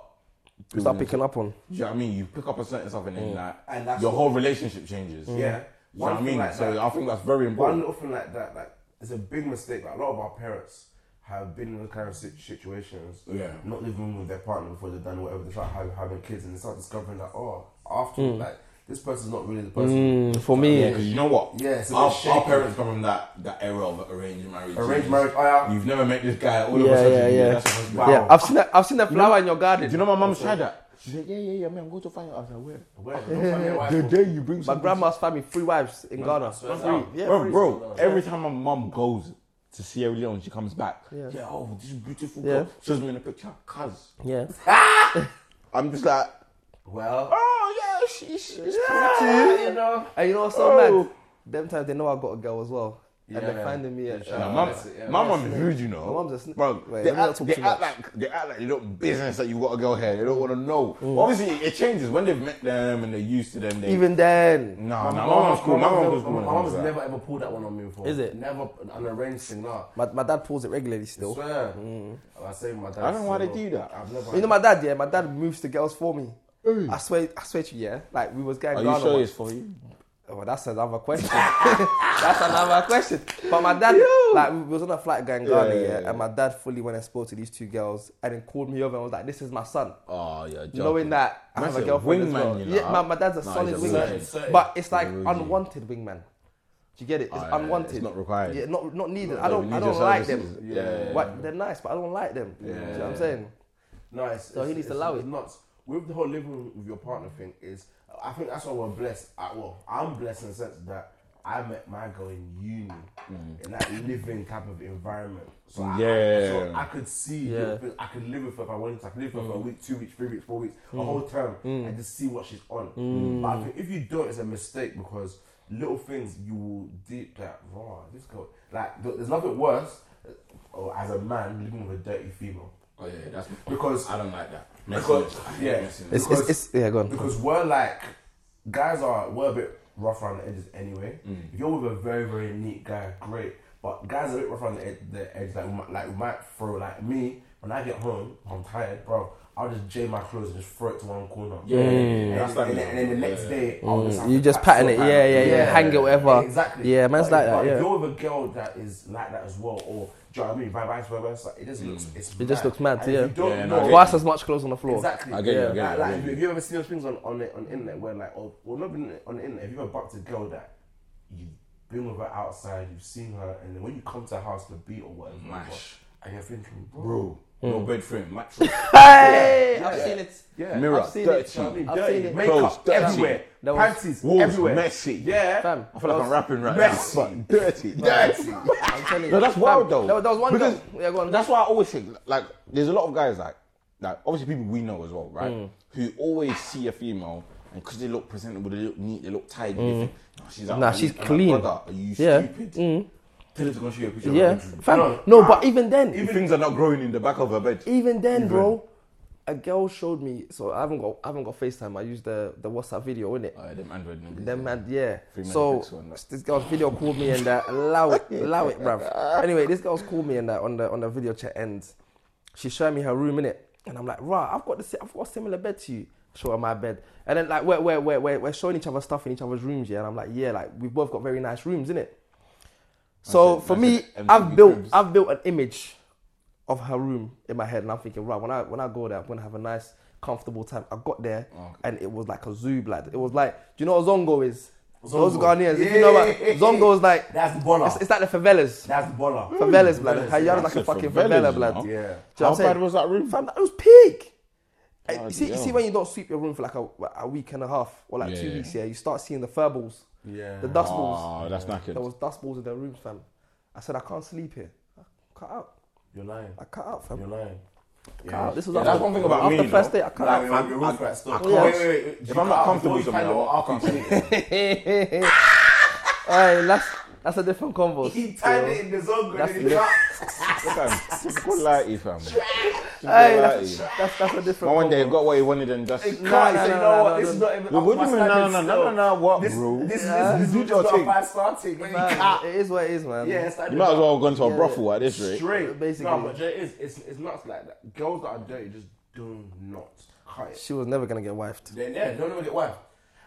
S1: Start
S2: building-
S1: picking Mm. up on.
S2: do you know what I mean you pick up a certain stuff and then like
S4: And that's
S2: your
S4: what-
S2: whole relationship changes
S1: Mm.
S4: Yeah.
S2: Do you know Mm. what
S4: One
S2: I
S4: thing
S2: mean
S4: like
S2: so
S4: that.
S2: I think that's very
S4: One
S2: important
S4: little thing like that, like, it's a big mistake. Like, a lot of our parents have been in those kind of sit- situations.
S2: Yeah.
S4: Not living with their partner before they've done whatever. They start having, having kids and they start discovering that, oh, after,
S2: Hmm.
S4: like, this person's not really the person.
S1: Hmm, for me,
S2: because you know what?
S4: Yeah, it's a
S2: our,
S4: bit shaky.
S2: our parents come from that, that era of arranged marriage.
S4: Arranged
S2: You
S4: marriage, oh, yeah.
S2: You've never met this guy. All of a
S1: Yeah,
S2: sudden,
S1: yeah,
S2: you-
S1: yeah.
S2: that's your husband.
S1: yeah, I've seen that. I've seen that flower in your
S2: Do
S1: garden.
S2: you know my mum tried that? She said, yeah, yeah, yeah, man, I'm going to find out. I was like, where?
S4: Where? Don't tell me your wife.
S2: The day you bring
S1: My
S2: something
S1: grandma's family, three wives in Ghana.
S4: swear to
S1: Three,
S4: God.
S1: yeah,
S2: bro,
S1: three.
S2: bro, every time my mum goes to Sierra Leone, she comes back.
S1: Yeah.
S2: Yeah, oh, this is beautiful
S1: Yeah.
S2: girl. Shows me in a picture, cuz.
S1: Yeah,
S2: I'm just like,
S4: Well,
S2: oh, yeah, she, she's
S1: Yeah,
S2: pretty.
S1: you know. And you know what's so
S2: Oh.
S1: mad? Them times they know I got a girl as well. and they're
S4: man.
S1: finding me at,
S2: Nah,
S1: uh,
S2: mum-
S4: that's it, yeah.
S2: my mum is rude, you know.
S1: My mum's a sn-
S2: Bro,
S1: Wait,
S2: they,
S1: let me not
S2: act,
S1: talk
S2: they,
S1: too
S2: act
S1: much.
S2: like, they act like they don't business that you got to go here. They don't want to know. Obviously, it changes when they've met them and they're used to them. They,
S1: Mm. even then.
S2: no,
S4: My
S2: no, my
S4: mom-
S2: mum's cool.
S4: my
S2: My
S4: mom
S2: mum's
S4: never-
S2: cool.
S4: my mom's
S2: like-
S4: never ever pulled that one on me before.
S1: Is it?
S4: Never an arranged thing, nah.
S1: My, my dad pulls it regularly
S4: I
S1: still.
S4: swear. I say my dad.
S2: Hmm. I don't know why they
S4: said,
S2: do that.
S4: I've never.
S1: You know my dad, yeah, my dad moves the girls for me. I swear, I swear to you, yeah. Like we was going
S2: Are
S1: Ghana.
S2: you sure
S1: once.
S2: it's for you?
S1: Oh, well, that's another question. that's another question. But my dad, like, we was on a flight going Ghana, yeah,
S2: Yeah, yeah, yeah.
S1: and my dad fully went and spoke to these two girls, and then called me over and was like, "This is my son."
S2: Oh, yeah.
S1: Knowing that I
S2: Man's
S1: have a
S2: a
S1: girlfriend as
S2: wingman,
S1: well.
S2: you know.
S1: Yeah, my, my dad's a
S2: Nah,
S1: solid
S2: he's a
S1: wingman,
S2: wingman.
S4: Solid.
S1: but it's like
S2: He's a wingman.
S1: unwanted wingman. Do you get it? It's
S2: Ah, yeah,
S1: unwanted.
S2: it's not required.
S1: Yeah, not not needed.
S2: Not
S1: I don't
S2: really
S1: I don't
S2: your
S1: like
S2: services.
S1: them.
S2: Yeah, yeah, yeah.
S1: What- they're nice, but I don't like them. Do you know what I'm saying?
S4: No, it's,
S1: So he
S4: it's-
S1: needs to
S4: it's-
S1: allow
S4: it's
S1: it.
S4: Nuts. With the whole living with your partner thing is, I think that's why we're blessed. I, well, I'm blessed in the sense that I met my girl in uni,
S1: Mm.
S4: in that living type of environment. So I, I, so
S2: Yeah.
S4: I could see,
S1: Yeah. Mm.
S4: little things. I could live with her if I wanted to. I could live with her for a week, two weeks, three weeks, four weeks, a whole term, and just see what she's on.
S1: Mm.
S4: But I think if you don't, it's a mistake because little things you will deep that raw. This girl, like, th- there's nothing worse. uh, Or as a man living with a dirty female.
S2: Oh, yeah, that's
S4: Because-
S2: I don't like that.
S4: Because
S2: Messiness. I hate
S4: yeah,
S2: messiness.
S1: It's-
S4: because,
S1: it's- yeah, go on.
S4: Because we're like guys are we're a bit rough around the edges anyway.
S2: Mm.
S4: If you're with a very very neat guy, great. But guys are a bit rough around the, ed- the edge. Like we might, like we might throw like me When I get home, I'm tired, bro. I'll just jay my clothes and just throw it to one corner.
S2: Yeah, yeah, yeah.
S4: And,
S2: That's like-
S4: and, then, and then the next day, I'll just have
S1: Mm. You
S4: to
S1: just
S4: pack-
S1: pattern
S4: still
S1: it, yeah, yeah, yeah, hang it, whatever.
S4: Exactly.
S1: Yeah, man's
S4: But
S1: like
S4: if-
S1: that,
S4: but
S1: yeah.
S4: If you're with a girl that is like that as well, or do you know what I mean? Vice vice versa, it just looks. It's
S1: It just looks mad,
S4: And if
S1: yeah.
S4: You
S2: Mm.
S4: don't
S2: Yeah, no, I
S4: know
S2: get
S1: Twice as much clothes on the floor.
S4: Exactly.
S2: I get you, I get you, I
S4: Like,
S2: get
S4: like,
S2: you.
S4: Have you ever seen those things on on the, on the internet where like, or well, not been on the internet. Have you ever bucked a girl that you've been with her outside, you've seen her, and then when you come to her house to beat or whatever,
S2: Mash.
S4: and you're thinking, bro,
S2: Bro,
S1: Mm.
S2: no bed frame, mattress,
S1: Hey,
S4: Yeah,
S1: I've
S4: yeah.
S1: seen it.
S4: yeah,
S2: mirror,
S1: I've seen it,
S2: dirty,
S1: fam.
S4: dirty,
S1: I've seen it.
S2: Clothes,
S4: makeup
S2: dirty.
S4: everywhere,
S1: That was-
S4: panties
S2: walls
S4: everywhere,
S2: messy.
S4: yeah.
S1: Fam,
S2: I feel like I'm rapping right
S4: Messy.
S2: now, but dirty, dirty.
S1: I'm telling you.
S2: No, that's
S1: Fam,
S2: wild though.
S1: There, there was one
S2: because
S1: girl. Yeah, go on.
S2: That's why I always think like there's a lot of guys like like obviously people we know as well, right?
S1: Mm.
S2: Who always see a female and because they look presentable, they look neat, they look tidy. They think, "Nah, she's out
S1: Mm. Nah,
S2: of
S1: she's
S2: league." I'm
S1: clean.
S2: Like, Brother, are you
S1: Yeah. Mm.
S2: stupid? Tell her to go show you a picture. of
S1: yeah,
S2: her bedroom.
S1: fam. E-
S4: No,
S1: No, but even then,
S2: If Things are not growing in the back of her bed.
S1: even then, bro, a girl showed me. So I haven't got, I haven't got FaceTime. I used the the WhatsApp video, innit?
S2: Uh, them Android niggas.
S1: Them man, yeah.
S2: Three man
S1: So
S2: fix one, that.
S1: this girl's video called me and that. Allow it, allow it, bruv. Anyway, this girl's called me and that on the on the video chat and she's showing me her room in it, and I'm like, right, I've got the si- I've got a similar bed to you. Show her my bed, and then like we're we're we're we're, we're showing each other stuff in each other's rooms, yeah. And I'm like, yeah, like we've both got very nice rooms, innit? So
S2: That's it,
S1: for
S2: that's
S1: me,
S2: it, MTV
S1: I've built
S2: cribs.
S1: I've built an image of her room in my head, and I'm thinking, right, when I when I go there, I'm gonna have a nice, comfortable time. I got there,
S2: Oh,
S1: and it was like a zoo, blood. It was like, do you know what Zongo is? Those
S4: Zongo.
S1: Ghanaians, if you know about
S4: Yeah.
S1: Zongo is like,
S4: That's the baller.
S1: it's, it's like the favelas,
S4: That's the baller.
S1: favelas, blood.
S4: Favelas,
S1: Hayyana's like
S2: That's
S1: a
S2: it,
S1: fucking
S2: favelas,
S1: favela,
S2: you
S1: blood.
S2: know?
S1: Do you know
S4: Yeah.
S1: what I'm
S2: How
S1: saying?
S2: bad was that room?
S1: Fam, that was peak. Uh, you
S2: Bloody
S1: see, you see
S2: hell.
S1: when you don't sweep your room for like a, a week and a half or like two
S2: Yeah.
S1: weeks, yeah, you start seeing the fur balls,
S4: Yeah.
S1: the dust balls.
S2: Oh, that's knackered.
S1: There was dust balls in their rooms, fam. I said I can't sleep here. I cut out.
S4: You're lying.
S1: I cut out, fam.
S4: You're lying.
S1: Cut out. This was
S2: Yeah,
S1: after,
S2: that's one thing about
S1: after
S2: me,
S1: the first
S2: though.
S1: day. I cut
S4: Like,
S1: out.
S4: I'm, I'm, I'm,
S2: I
S1: Yeah.
S2: can't- If I'm not comfortable with something, I'll- I'll
S4: can't
S1: Alright, that's that's a different convo.
S4: He tied it in the zone.
S1: That's
S4: grenade.
S1: it.
S2: Fam, Typical lighty, fam. Typical
S1: Hey,
S2: lighty.
S1: that's, that's that's a different.
S2: But one day
S1: convo.
S2: he got what he wanted and just.
S4: Can't,
S1: No, no,
S4: so
S1: no,
S4: you know
S1: no,
S4: what?
S1: no,
S4: This
S1: no.
S4: is not even.
S2: Well,
S4: up
S2: what do
S4: my
S2: you mean, no,
S4: standards
S2: no, no, no,
S4: still.
S2: no, no, what,
S4: This,
S2: bro?
S4: This,
S1: Yeah.
S4: this, this,
S2: You
S4: this
S2: do your
S4: is not
S2: thing. Um,
S4: my starting. man. You
S1: Man,
S4: can't.
S1: it is what it is, man.
S4: Yeah, it's like
S2: You might as well go into a brothel at this rate.
S4: straight.
S1: Basically.
S4: No, but it is. It's it's nuts like that. Girls that are dirty just do not cut it.
S1: She was never gonna get wifed.
S4: Then yeah, don't even get wife.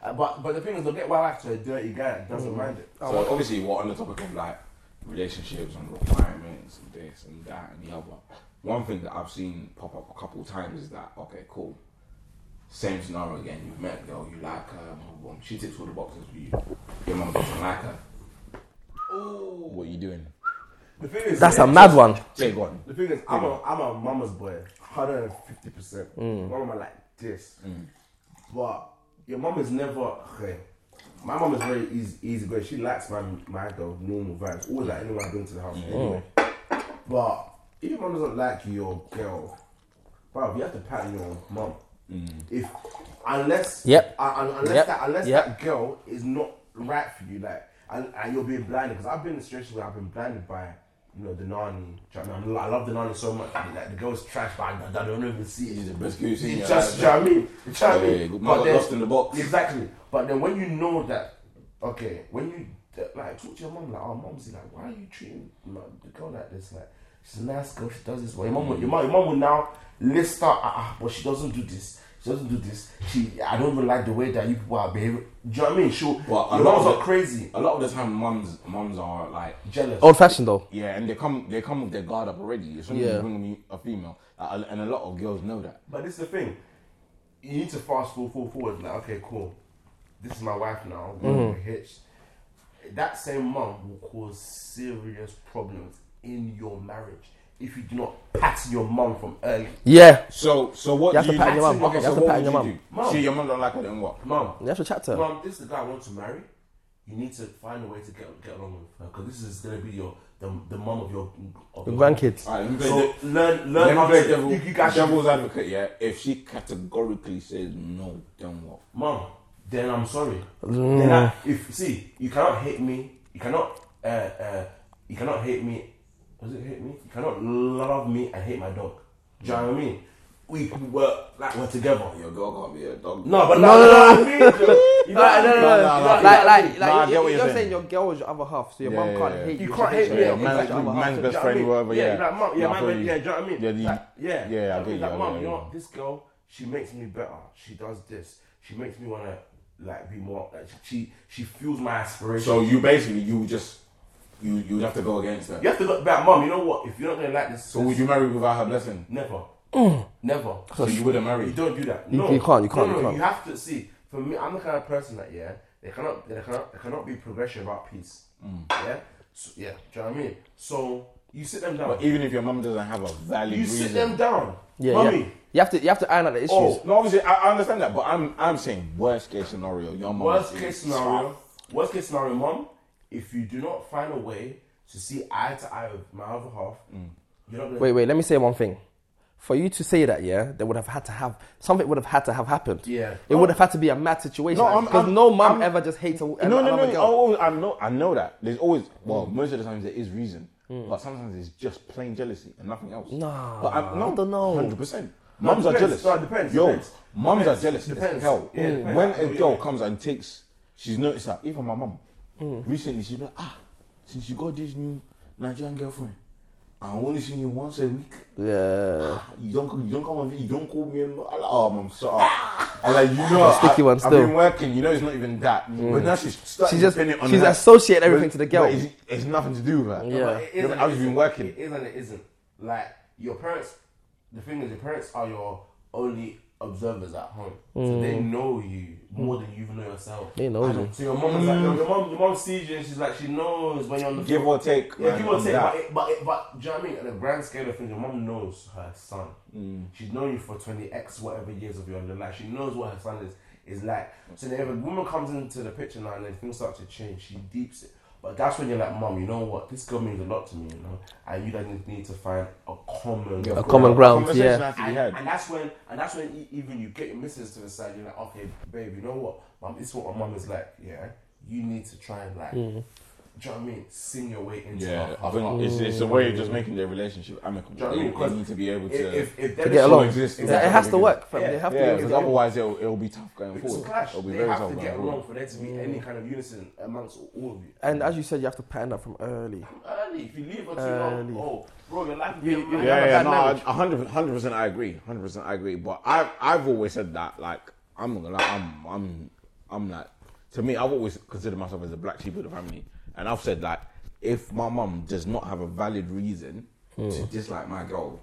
S4: Uh, but but the thing is, they'll get wife to a dirty guy that
S2: Mm.
S4: doesn't mind it.
S2: So obviously, we're on the topic of like relationships and requirements and this and that and the other. One thing that I've seen pop up a couple of times is that okay, cool. Same scenario again. You've met a girl, you like her, boom, boom. she ticks all the boxes for you. Your mum doesn't like her. What are you doing?
S4: The thing is,
S1: That's
S4: yeah,
S1: a mad one.
S2: Say go on.
S4: The thing is, I'm a, I'm a mama's boy, 150 percent. Mama like this, but your mom is never. Okay. My mom is very easy, easy going. She likes my my girl, normal vibes, all that anyone I bring to the house anyway. But if your mom doesn't like your girl, bro, you have to pattern your mom. If unless uh,
S1: Yep.
S4: un- un- unless
S1: Yep.
S4: that unless
S1: Yep.
S4: that girl is not right for you, like, and, and you're being blinded. Because I've been in situations where I've been blinded by, you know, the nani. Do you know what I, mean? I love the nani so much. Like, the girl's trash, but I, I don't even see it.
S2: She's the best girl you've seen in
S4: It's
S2: your life.
S4: just, do you know what I mean? Do you know what I
S2: Yeah,
S4: mean?
S2: yeah, yeah. Man
S4: But
S2: got
S4: then-
S2: lost in the box.
S4: Exactly. But then when you know that, okay, when you, that, like, talk to your mom, like, oh, mom's like, why are you treating my, the girl like this? Like, she's a nice girl, she does this. Well, your mom, would- your mom, your mom will now list out, ah, ah, but she doesn't do this. She doesn't do this. She, I don't even like the way that you people are behaving. Do you know what I mean? She,
S2: Well, a lot
S4: your moms
S2: of
S4: are
S2: the-
S4: crazy,
S2: A lot of the time, mums mums are like
S4: jealous.
S1: Old fashioned though.
S2: Yeah, and they come they come with their guard up already. As soon as
S1: Yeah.
S2: you bring me a female, uh, and a lot of girls know that.
S4: But this is the thing. You need to fast forward, forward, forward. Like, okay, cool. This is my wife now. We're hitched. That same mom will cause serious problems in your marriage if you do not pattern your mom from early.
S1: Yeah,
S2: So so what
S1: You have
S2: do
S1: to
S2: you
S1: pat
S2: do?
S1: your mum.
S2: Okay,
S1: You
S2: so
S1: have to
S2: what
S1: pat
S2: would
S1: your
S2: you
S1: mum.
S2: do?
S4: Mum.
S2: So your mum don't like her, then what?
S4: Mom,
S1: you have to chat to her.
S4: mom, this is the guy I want to marry. You need to find a way to get get along with her because this is gonna be your the, the mom of your of
S1: Your grandkids.
S2: Alright, let me play,
S4: So
S2: de-
S4: learn
S2: let
S4: learn
S2: me
S4: how
S2: play
S4: to
S2: devil,
S4: you, you guys should
S2: devil's advocate. Yeah, if she categorically says no, then what?
S4: Mom, then I'm sorry.
S1: Mm.
S4: Then I, if see, you cannot hate me. You cannot. Uh, uh, you cannot hate me. Was it hate me? You cannot love me and hate my dog. Do you know what I mean? we we were like we're together.
S2: Your girl can't be a dog.
S4: No, but no, no, no, no, you know,
S1: Like, no, no, no,
S2: no, no,
S1: no.
S2: no.
S1: Like, like,
S2: Nah, I
S1: like,
S2: get
S1: you're,
S2: what you're
S1: you're
S2: saying.
S1: saying. your girl was your other half, so your
S2: Yeah,
S1: mum
S2: yeah,
S1: can't
S2: yeah.
S1: hate
S4: You
S1: you.
S4: can't hate
S1: so
S4: me.
S1: your
S4: Yeah,
S1: girl's
S2: man's-
S1: your other half.
S2: man's best
S4: Do you know
S2: friend,
S4: what I mean?
S2: whatever,
S4: Yeah,
S2: yeah.
S4: you're like, mum, yeah,
S2: Yeah, I
S4: man,
S2: feel
S4: yeah,
S2: you.
S4: yeah, do you know what I mean?
S2: Yeah, you-
S4: Like, yeah,
S2: yeah, I
S4: Like,
S2: get you,
S4: like,
S2: I
S4: mum,
S2: get
S4: you know
S2: you.
S4: what? This girl, she makes me better. She does this. She makes me wanna like be more. Like, she she fuels my aspirations.
S2: So you basically you just you you'd have to go against her.
S4: you have to look back, mum. You know what? If you're not gonna like this,
S2: So would you marry without her blessing?
S4: never, never.
S2: So you wouldn't marry.
S4: You don't do that. No,
S1: Mm. you can't, you can't,
S4: No, no,
S1: you can't.
S4: have to see. For me, I'm the kind of person that yeah, there cannot, there cannot, there cannot be progression without peace.
S1: Mm.
S4: Yeah, so, yeah. Do you know what I mean? So you sit them down.
S2: But even if your mum doesn't have a valid
S4: you
S2: reason.
S4: sit them down,
S1: Yeah,
S4: mummy.
S1: yeah. You have to, you have to iron out the issues.
S2: Oh, no, obviously I, I understand that, but I'm I'm saying worst case scenario, your mum.
S4: Worst
S2: is
S4: case
S2: tough.
S4: scenario, worst case scenario, mom. If you do not find a way to see eye to eye with my other half, you're not gonna.
S1: Mm. Wait, wait. Let me say one thing. For you to say that, yeah, they would have had to have something would have had to have happened.
S4: Yeah.
S1: it would have had to be a mad situation.
S2: No, I'm-
S1: Because
S2: I'm-
S1: no mum
S2: I'm-
S1: ever just hates a,
S2: no, no,
S1: another
S2: no.
S1: girl.
S2: Oh, I know, I know that. There's always, well, most of the times there is reason, but sometimes it's just plain jealousy and nothing else.
S1: Hmm. Nah,
S2: but I'm, no,
S1: I don't know.
S2: Hundred percent. Mums are
S4: depends.
S2: jealous.
S4: No, it depends,
S2: Yo,
S4: depends.
S2: mums
S4: Depends,
S2: are jealous. as
S4: depends.
S2: Hell,
S4: Yeah, depends. Oh,
S2: when a
S4: Yeah.
S2: girl comes and takes, she's noticed that even my mum
S1: Hmm.
S2: recently she's like, ah, since you got this new Nigerian girlfriend, I only seen you once a week.
S1: Yeah,
S2: You don't, you don't come on, you don't call me. And, I'm like, oh, mum, shut up. And like you know,
S1: a sticky
S2: I,
S1: one
S2: I've
S1: still. Mm.
S2: been working. You know, it's not even that. But now she's starting
S1: she's just
S2: to pin it on
S1: she's
S2: her.
S1: associated everything
S2: But-
S1: to the girl.
S2: but It's, it's nothing to do with her.
S1: Yeah.
S4: But it is
S2: Yeah, but
S4: and
S2: I've
S4: it
S2: been
S4: isn't.
S2: working.
S4: It is and it isn't. Like your parents. The thing is, your parents are your only observers at home, so they know you more than you even know yourself.
S1: Mm. They know
S4: I
S1: you.
S4: don't- So your mom is like your, your mom. Your mom sees you and she's like she knows when you're on the
S2: Give or take.
S4: Yeah,
S2: man,
S4: give or
S2: on
S4: take,
S2: that.
S4: but, it, but, it, but do you know what I mean? At the grand scale of things, your mom knows her son.
S1: Mm.
S4: She's known you for 20x whatever years of your life. She knows what her son is is like. So then if a woman comes into the picture now and then things start to change, she deeps it. But that's when you're like, Mom, you know what? This girl means a lot to me, you know? And you guys need to find a common
S2: Yeah,
S1: a common ground.
S2: Conversation
S1: Yeah,
S2: has to be
S4: and,
S2: had.
S4: and that's when and that's when e- even you get your missus to the side. You're like, okay, babe, you know what, mum? This is what my mum is like. Yeah, you need to try and
S1: Mm.
S4: like, do you know what I mean? Sing your way into
S2: Yeah,
S4: her
S2: I
S4: heart.
S2: think it's, it's
S1: Mm.
S2: a way of just making their relationship amicable.
S4: Do you know what I
S2: They-
S4: mean?
S2: They
S4: Because
S2: need to be able
S4: if,
S2: to.
S4: if, if
S1: to
S4: they're
S1: get
S4: the
S1: along.
S2: It exists.
S1: It
S4: Yeah,
S2: Exactly.
S1: has to work. fam.
S4: Yeah.
S1: They have to.
S2: yeah,
S1: be-
S2: because otherwise it'll, it'll be tough going
S4: It's a
S2: forward.
S4: clash.
S2: It'll be
S4: They
S2: very
S4: have
S2: tough
S4: to
S2: going
S4: get along
S2: forward.
S4: for there to be any
S1: Mm.
S4: kind of unison amongst all of you.
S1: And as you said, you have to pattern that from early.
S4: Early, if you leave her too long,
S1: Early.
S4: oh, bro, your life.
S1: You-
S4: will be a
S1: you-
S4: mess.
S2: Yeah,
S1: bad
S2: yeah, no,
S1: marriage.
S2: I- a hundred, hundred percent, I agree, hundred percent, I agree. But I, I've always said that, like, I'm not gonna, lie, I'm, I'm, I'm like, to me, I've always considered myself as the black sheep of the family, and I've said like, if my mum does not have a valid reason
S1: Hmm.
S2: to dislike my girl,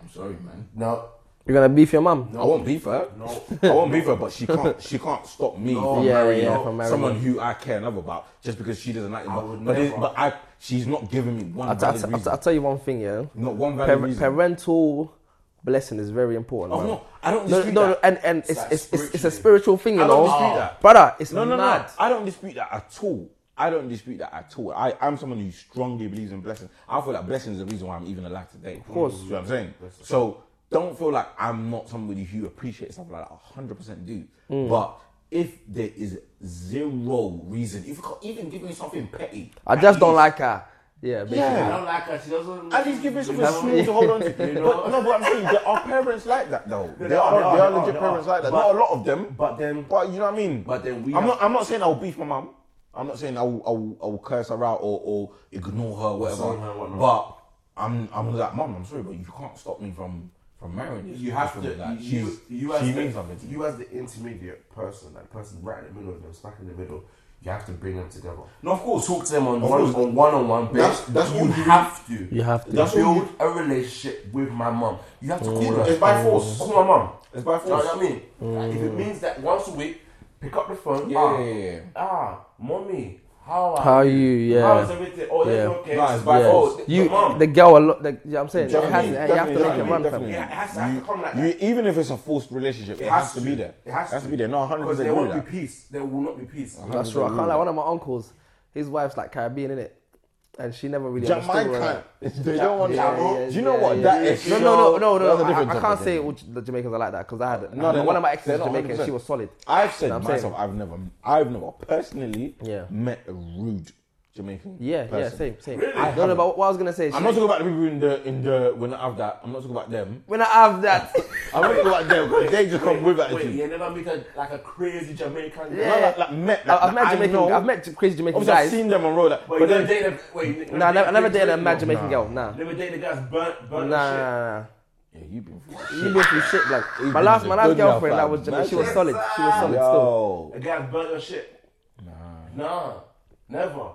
S2: I'm sorry, man.
S4: No,
S1: You're gonna beef your mum.
S2: I won't beef her.
S4: No.
S2: I won't beef her, but she can't. She can't stop me from
S1: Yeah,
S2: marrying
S1: yeah, from marrying
S2: someone who I care enough about just because she doesn't like him.
S4: I
S2: But,
S4: would
S2: but, it-
S4: never.
S2: but I, she's not giving me one
S1: I'll, t- I'll,
S2: valid
S1: t- I'll, t-
S2: reason.
S1: I'll tell you one thing, yeah.
S2: Not one valid
S1: Par-
S2: reason.
S1: parental blessing is very important.
S2: Oh,
S1: man.
S2: no, I don't
S1: No,
S2: dispute
S1: no, no,
S2: that.
S1: and and it's
S4: like
S1: it's, it's, it's a
S4: spiritually.
S1: spiritual thing, you
S2: I don't
S1: know,
S2: dispute that.
S1: brother. It's
S2: no, no,
S1: mad.
S2: no. I don't dispute that at all. I don't dispute that at all. I, I'm someone who strongly believes in blessings. I feel like blessings is the reason why I'm even alive today. Of
S1: course.
S2: You know what I'm saying? So don't feel like I'm not somebody who appreciates stuff like that. 100% do.
S1: Mm.
S2: But if there is zero reason, if you can't even give me something petty,
S1: I
S2: at
S1: just don't like
S2: least-
S1: her. Yeah, basically.
S4: I
S2: Yeah.
S4: don't like her. She doesn't.
S2: At least give me something
S4: Never-
S2: smooth to hold on to.
S4: You know?
S2: But no, but I'm saying there are parents like that though. There,
S4: there
S2: are,
S4: are,
S2: there are,
S4: there are, there
S2: legit
S4: are, there
S2: parents
S4: are.
S2: like that.
S4: But-
S2: not a lot of them,
S4: but then-
S2: but you know what I mean.
S4: But then we
S2: I'm
S4: have-
S2: not. I'm not saying I'll beef my mum. I'm not saying I will. I will, I will curse her out or, or ignore her, whatever.
S4: Disown her, whatnot.
S2: but I'm. I'm like mum. I'm sorry, but you can't stop me from from marrying this.
S4: You have
S2: woman
S4: to.
S2: Like,
S4: you,
S2: she's-
S4: you, as
S2: she
S4: the,
S2: means something to you.
S4: you as the intermediate person, like the person right in the middle of them, smack in the middle. You have to bring them together. No, of course, talk to them on
S2: Of
S4: one
S2: course.
S4: on one on one
S2: That's-
S4: basis.
S2: that's
S4: you
S2: all you-
S4: have to.
S1: You have to.
S2: That's all
S4: build
S2: you- Mm.
S4: a relationship with my mum. You have to call her.
S2: It's by force.
S4: Call my mum.
S2: It's by
S4: Do you know what I
S2: force. Mm.
S4: mean? Like, if it means that once a week, pick up the phone.
S2: Yeah,
S4: ah,
S2: yeah, yeah.
S4: ah, mommy, how are
S1: How are you?
S4: How
S1: Yeah.
S4: is everything? Oh, yeah.
S1: Yeah.
S4: okay.
S2: No, it's by
S1: Yeah.
S2: force.
S4: the-
S1: you,
S4: the mum.
S1: the girl, a lot. Like, you know what I'm saying,
S2: Do you know
S1: it
S2: what I
S1: has,
S2: mean?
S1: you have to make
S2: Definitely,
S1: it
S2: do you know
S1: run.
S2: what I
S1: fam.
S2: mean?
S4: Yeah, it has to, it has to come like
S2: You,
S4: that.
S2: even if it's a forced relationship, it, has, to be there.
S4: It has,
S2: to be there. No, 100
S4: Because
S2: percent
S4: there
S2: agree
S4: won't
S2: with
S4: be
S2: that. Uh-huh.
S4: peace. There will not be peace.
S1: That's right. I can't like one of my uncles. His wife's like Caribbean, innit? And she never really understood. where-
S2: Jamaica. They don't want
S1: uh, Yeah,
S2: that.
S1: yeah,
S2: Do you know
S1: yeah,
S2: what?
S1: yeah,
S2: That
S1: yeah.
S2: is
S1: No, no, no, no,
S2: That's a
S1: no.
S2: different
S1: I, I can't
S2: topic.
S1: say all J- the Jamaicans are like that because I had
S2: No, they're
S1: one of
S2: not.
S1: my exes
S2: They're
S1: was
S2: not
S1: Jamaican.
S2: 100%.
S1: She was solid.
S2: I've said
S1: You know what I'm
S2: myself,
S1: saying?
S2: I've never, I've never personally
S1: Yeah.
S2: met a rude Jamaican.
S1: Yeah, yeah,
S2: person.
S1: same, same.
S4: Really?
S1: I don't know, but what I was gonna say is
S2: I'm not talking about the people in the in the when I have that. I'm not talking about them.
S1: when I have that.
S2: I'm not talking about them because they just come with
S4: Wait,
S2: attitude.
S4: yeah, then I meet a, like a crazy Jamaican.
S2: No,
S1: Yeah.
S2: like, like met.
S1: I-
S2: Like,
S1: I've met
S2: I
S1: Jamaican.
S2: know-
S1: I've met crazy Jamaican
S2: Obviously, I've
S1: guys.
S2: seen them on road. Like,
S4: Wait,
S2: but
S4: you never
S2: then,
S4: date a, wait, you
S1: Nah, I never, I never
S4: date
S1: dated a
S4: Jamaican?
S1: mad Jamaican girl. Nah,
S4: Never dated the guys burnt,
S1: nah, nah,
S4: burnt shit.
S1: nah. nah.
S2: yeah, you've been.
S1: You been through shit, like my
S2: been
S1: last,
S2: a
S1: my last
S2: good girl,
S1: girlfriend that
S2: fam.
S1: was Jamaican. She was
S2: Yes,
S1: solid. She was solid still.
S2: Yo,
S4: The guys burnt your shit. Nah. Nah, never.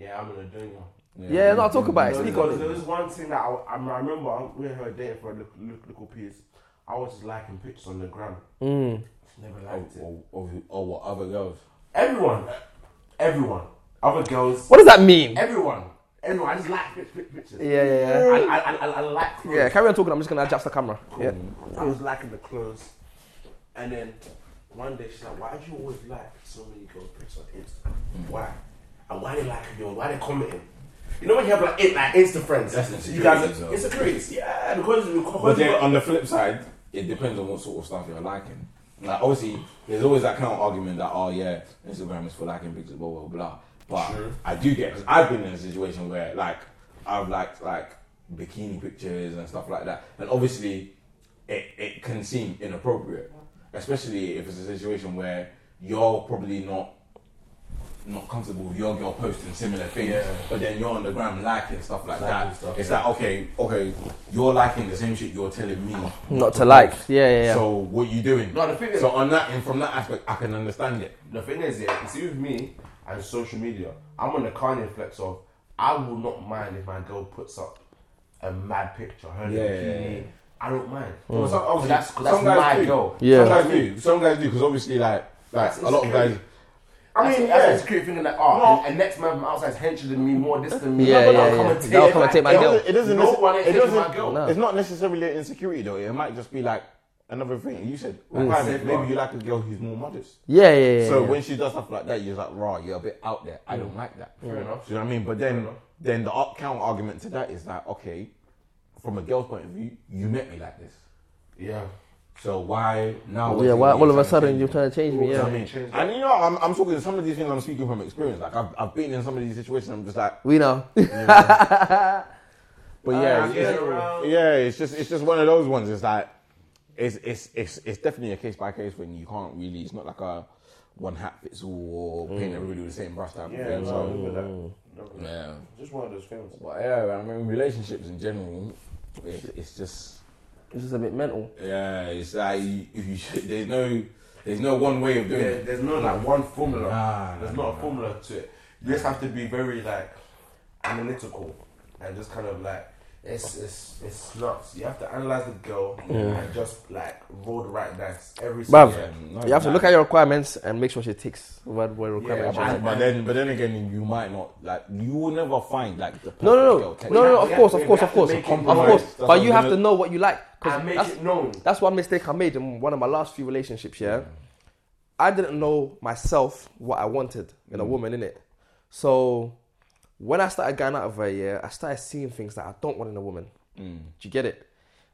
S4: Yeah, I'm gonna do you.
S1: Yeah, no, talk about it.
S4: There
S1: Speak
S4: was-
S1: on
S4: there
S1: it.
S4: was one thing that I, I remember we had her dating for a little, little, little piece. I was just liking pictures on the gram.
S1: Mm.
S4: Never
S2: Or,
S4: liked it.
S2: or, or, or what other girls?
S4: Everyone, everyone, other girls,
S1: What does that mean?
S4: everyone, everyone. I just like pic- pic- pictures.
S1: Yeah, yeah, yeah.
S4: I, I, I, I like clothes.
S1: Yeah, carry on talking. I'm just gonna adjust the camera. Yeah.
S4: I was liking the clothes, and then one day she's like, "Why do you always like so many girls' pictures on Insta? Why? And why they liking yours? Why they commenting?" You know when you have like, it, like Insta friends,
S2: That's
S4: you guys,
S2: insecurities, though.
S4: insecurities, yeah, because, because
S2: But then on the flip side, it depends on what sort of stuff you're liking. Like obviously, there's always that kind of argument that oh yeah, Instagram is for liking pictures, blah blah blah. But
S4: True.
S2: I do get because I've been in a situation where like I've liked like bikini pictures and stuff like that, and obviously it it can seem inappropriate, especially if it's a situation where you're probably not not comfortable with your girl posting similar things,
S4: Yeah.
S2: but then you're on the gram liking stuff like
S4: Liking
S2: that.
S4: stuff,
S2: it's
S4: yeah.
S2: like okay, okay, you're liking the same shit you're telling me
S1: Not to like. Yeah, yeah, yeah.
S2: So what you doing?
S4: No, the thing is-
S2: so on that and from that aspect, I can understand it.
S4: The thing is, yeah, you see with me and social media, I'm on the Kanye flex of I will not mind if my girl puts up a mad picture, her
S2: Yeah.
S4: bikini. I don't mind.
S2: Well, some, obviously,
S4: Hmm. That's,
S2: some
S4: that's
S2: guys
S4: my
S2: do.
S4: girl.
S1: Yeah.
S2: Some guys do. Some guys do because obviously, like, like
S4: That's
S2: a lot of
S4: insecure.
S2: guys.
S4: I mean,
S2: mean,
S4: that's
S2: yeah.
S4: a secret thinking that, oh,
S2: No.
S4: and, and next man from outside is henching than me, more this than me.
S1: Yeah,
S4: No, no,
S1: yeah,
S4: I'll come
S1: yeah.
S4: and take
S1: They'll
S4: it
S1: come and
S4: back.
S1: take my
S2: It
S1: girl.
S2: doesn't. It doesn't.
S4: No
S2: necess-
S4: one ain't
S2: it
S4: taking
S2: doesn't-
S4: my girl.
S2: It's not necessarily an insecurity though. It might just be like another thing you said. Like,
S4: Mm.
S2: maybe- maybe you like a girl who's more modest.
S1: Yeah, yeah, yeah. Mm.
S2: So
S1: yeah.
S2: when she does stuff like that, you're like, raw, you're a bit out there. I don't like that. Fair
S4: enough.
S2: Do you know what I mean? But then,
S4: enough.
S2: then the up counter argument to that is like, okay, from a girl's point of view, you met me like this.
S4: Yeah.
S2: So why
S1: yeah,
S2: now? is it
S1: why
S2: you're
S1: all of a
S2: trying to
S1: sudden
S2: change
S1: you're
S2: me?
S1: trying to change me?
S2: Do you know
S1: Yeah.
S2: what I mean? And you know, I'm, I'm talking some of these things. I'm speaking from experience. Like I've, I've been in some of these situations. I'm just like,
S1: We know. but Uh, yeah,
S2: yeah, it's,
S4: yeah.
S2: yeah, it's just it's just one of those ones. It's like it's it's it's, it's definitely a case by case thing. You can't really. It's not like a one hat fits all or
S1: Mm.
S2: paint everybody with the same brush type of
S4: Yeah,
S2: thing.
S4: no, I
S2: So
S4: remember that. I remember that.
S2: yeah,
S4: Just one of those films.
S2: but yeah, I mean relationships in general, it's, it's just
S1: this is a bit mental.
S2: yeah, it's like you- if you should, there's no there's no one way of doing
S4: There-
S2: it.
S4: there's no like one formula.
S2: Nah,
S4: there's
S2: nah,
S4: not
S2: nah.
S4: a formula to it. You just have to be very like analytical and just kind of like it's it's it's nuts. You have to analyze the girl and just like roll the right dice every
S1: Bruv,
S4: single
S2: no,
S1: you have to
S2: nah.
S1: look at your requirements and make sure she ticks what what requirements.
S4: Yeah,
S1: you
S2: But,
S1: have.
S4: man.
S2: but then, but then again, you might not like. You will never find like the perfect
S1: No, no,
S2: girl
S1: no,
S2: type.
S1: no, no, no. Of
S4: We have
S1: course,
S4: to-
S1: of
S4: we
S1: course,
S4: have
S1: of
S4: to
S1: course,
S4: make it
S1: of
S4: known.
S1: course.
S2: That's what
S1: But you
S2: I'm
S1: have
S2: gonna-
S1: to know what you like. 'cause
S4: And make
S1: that's-
S4: it known.
S1: that's one mistake I made in one of my last few relationships. Yeah, I didn't know myself what I wanted in a
S2: Mm.
S1: woman, in it. So when I started going out of her, yeah, I started seeing things that I don't want in a woman.
S2: Mm.
S1: Do you get it?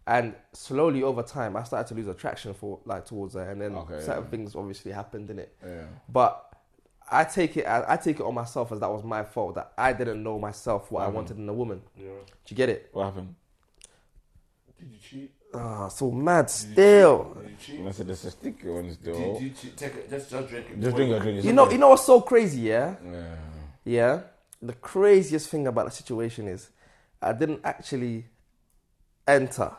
S1: And slowly over time, I started to lose attraction for like towards her, and then
S2: Okay,
S1: certain
S2: yeah.
S1: things obviously happened in it.
S2: Yeah.
S1: But I take it, as, I take it on myself as that was my fault that I didn't know myself
S2: Mm.
S1: what I wanted in a woman.
S4: Yeah.
S1: Do you get it?
S2: What happened?
S4: Did you cheat?
S1: Ah, so mad still.
S4: Did you cheat?
S2: I said there's a sticky one
S4: Did
S2: still.
S4: you cheat? Take it. Just just drink it.
S2: Just drink it, drink it.
S1: You know, you know what's so crazy, yeah?
S2: Yeah.
S1: Yeah. The craziest thing about the situation is I didn't actually enter.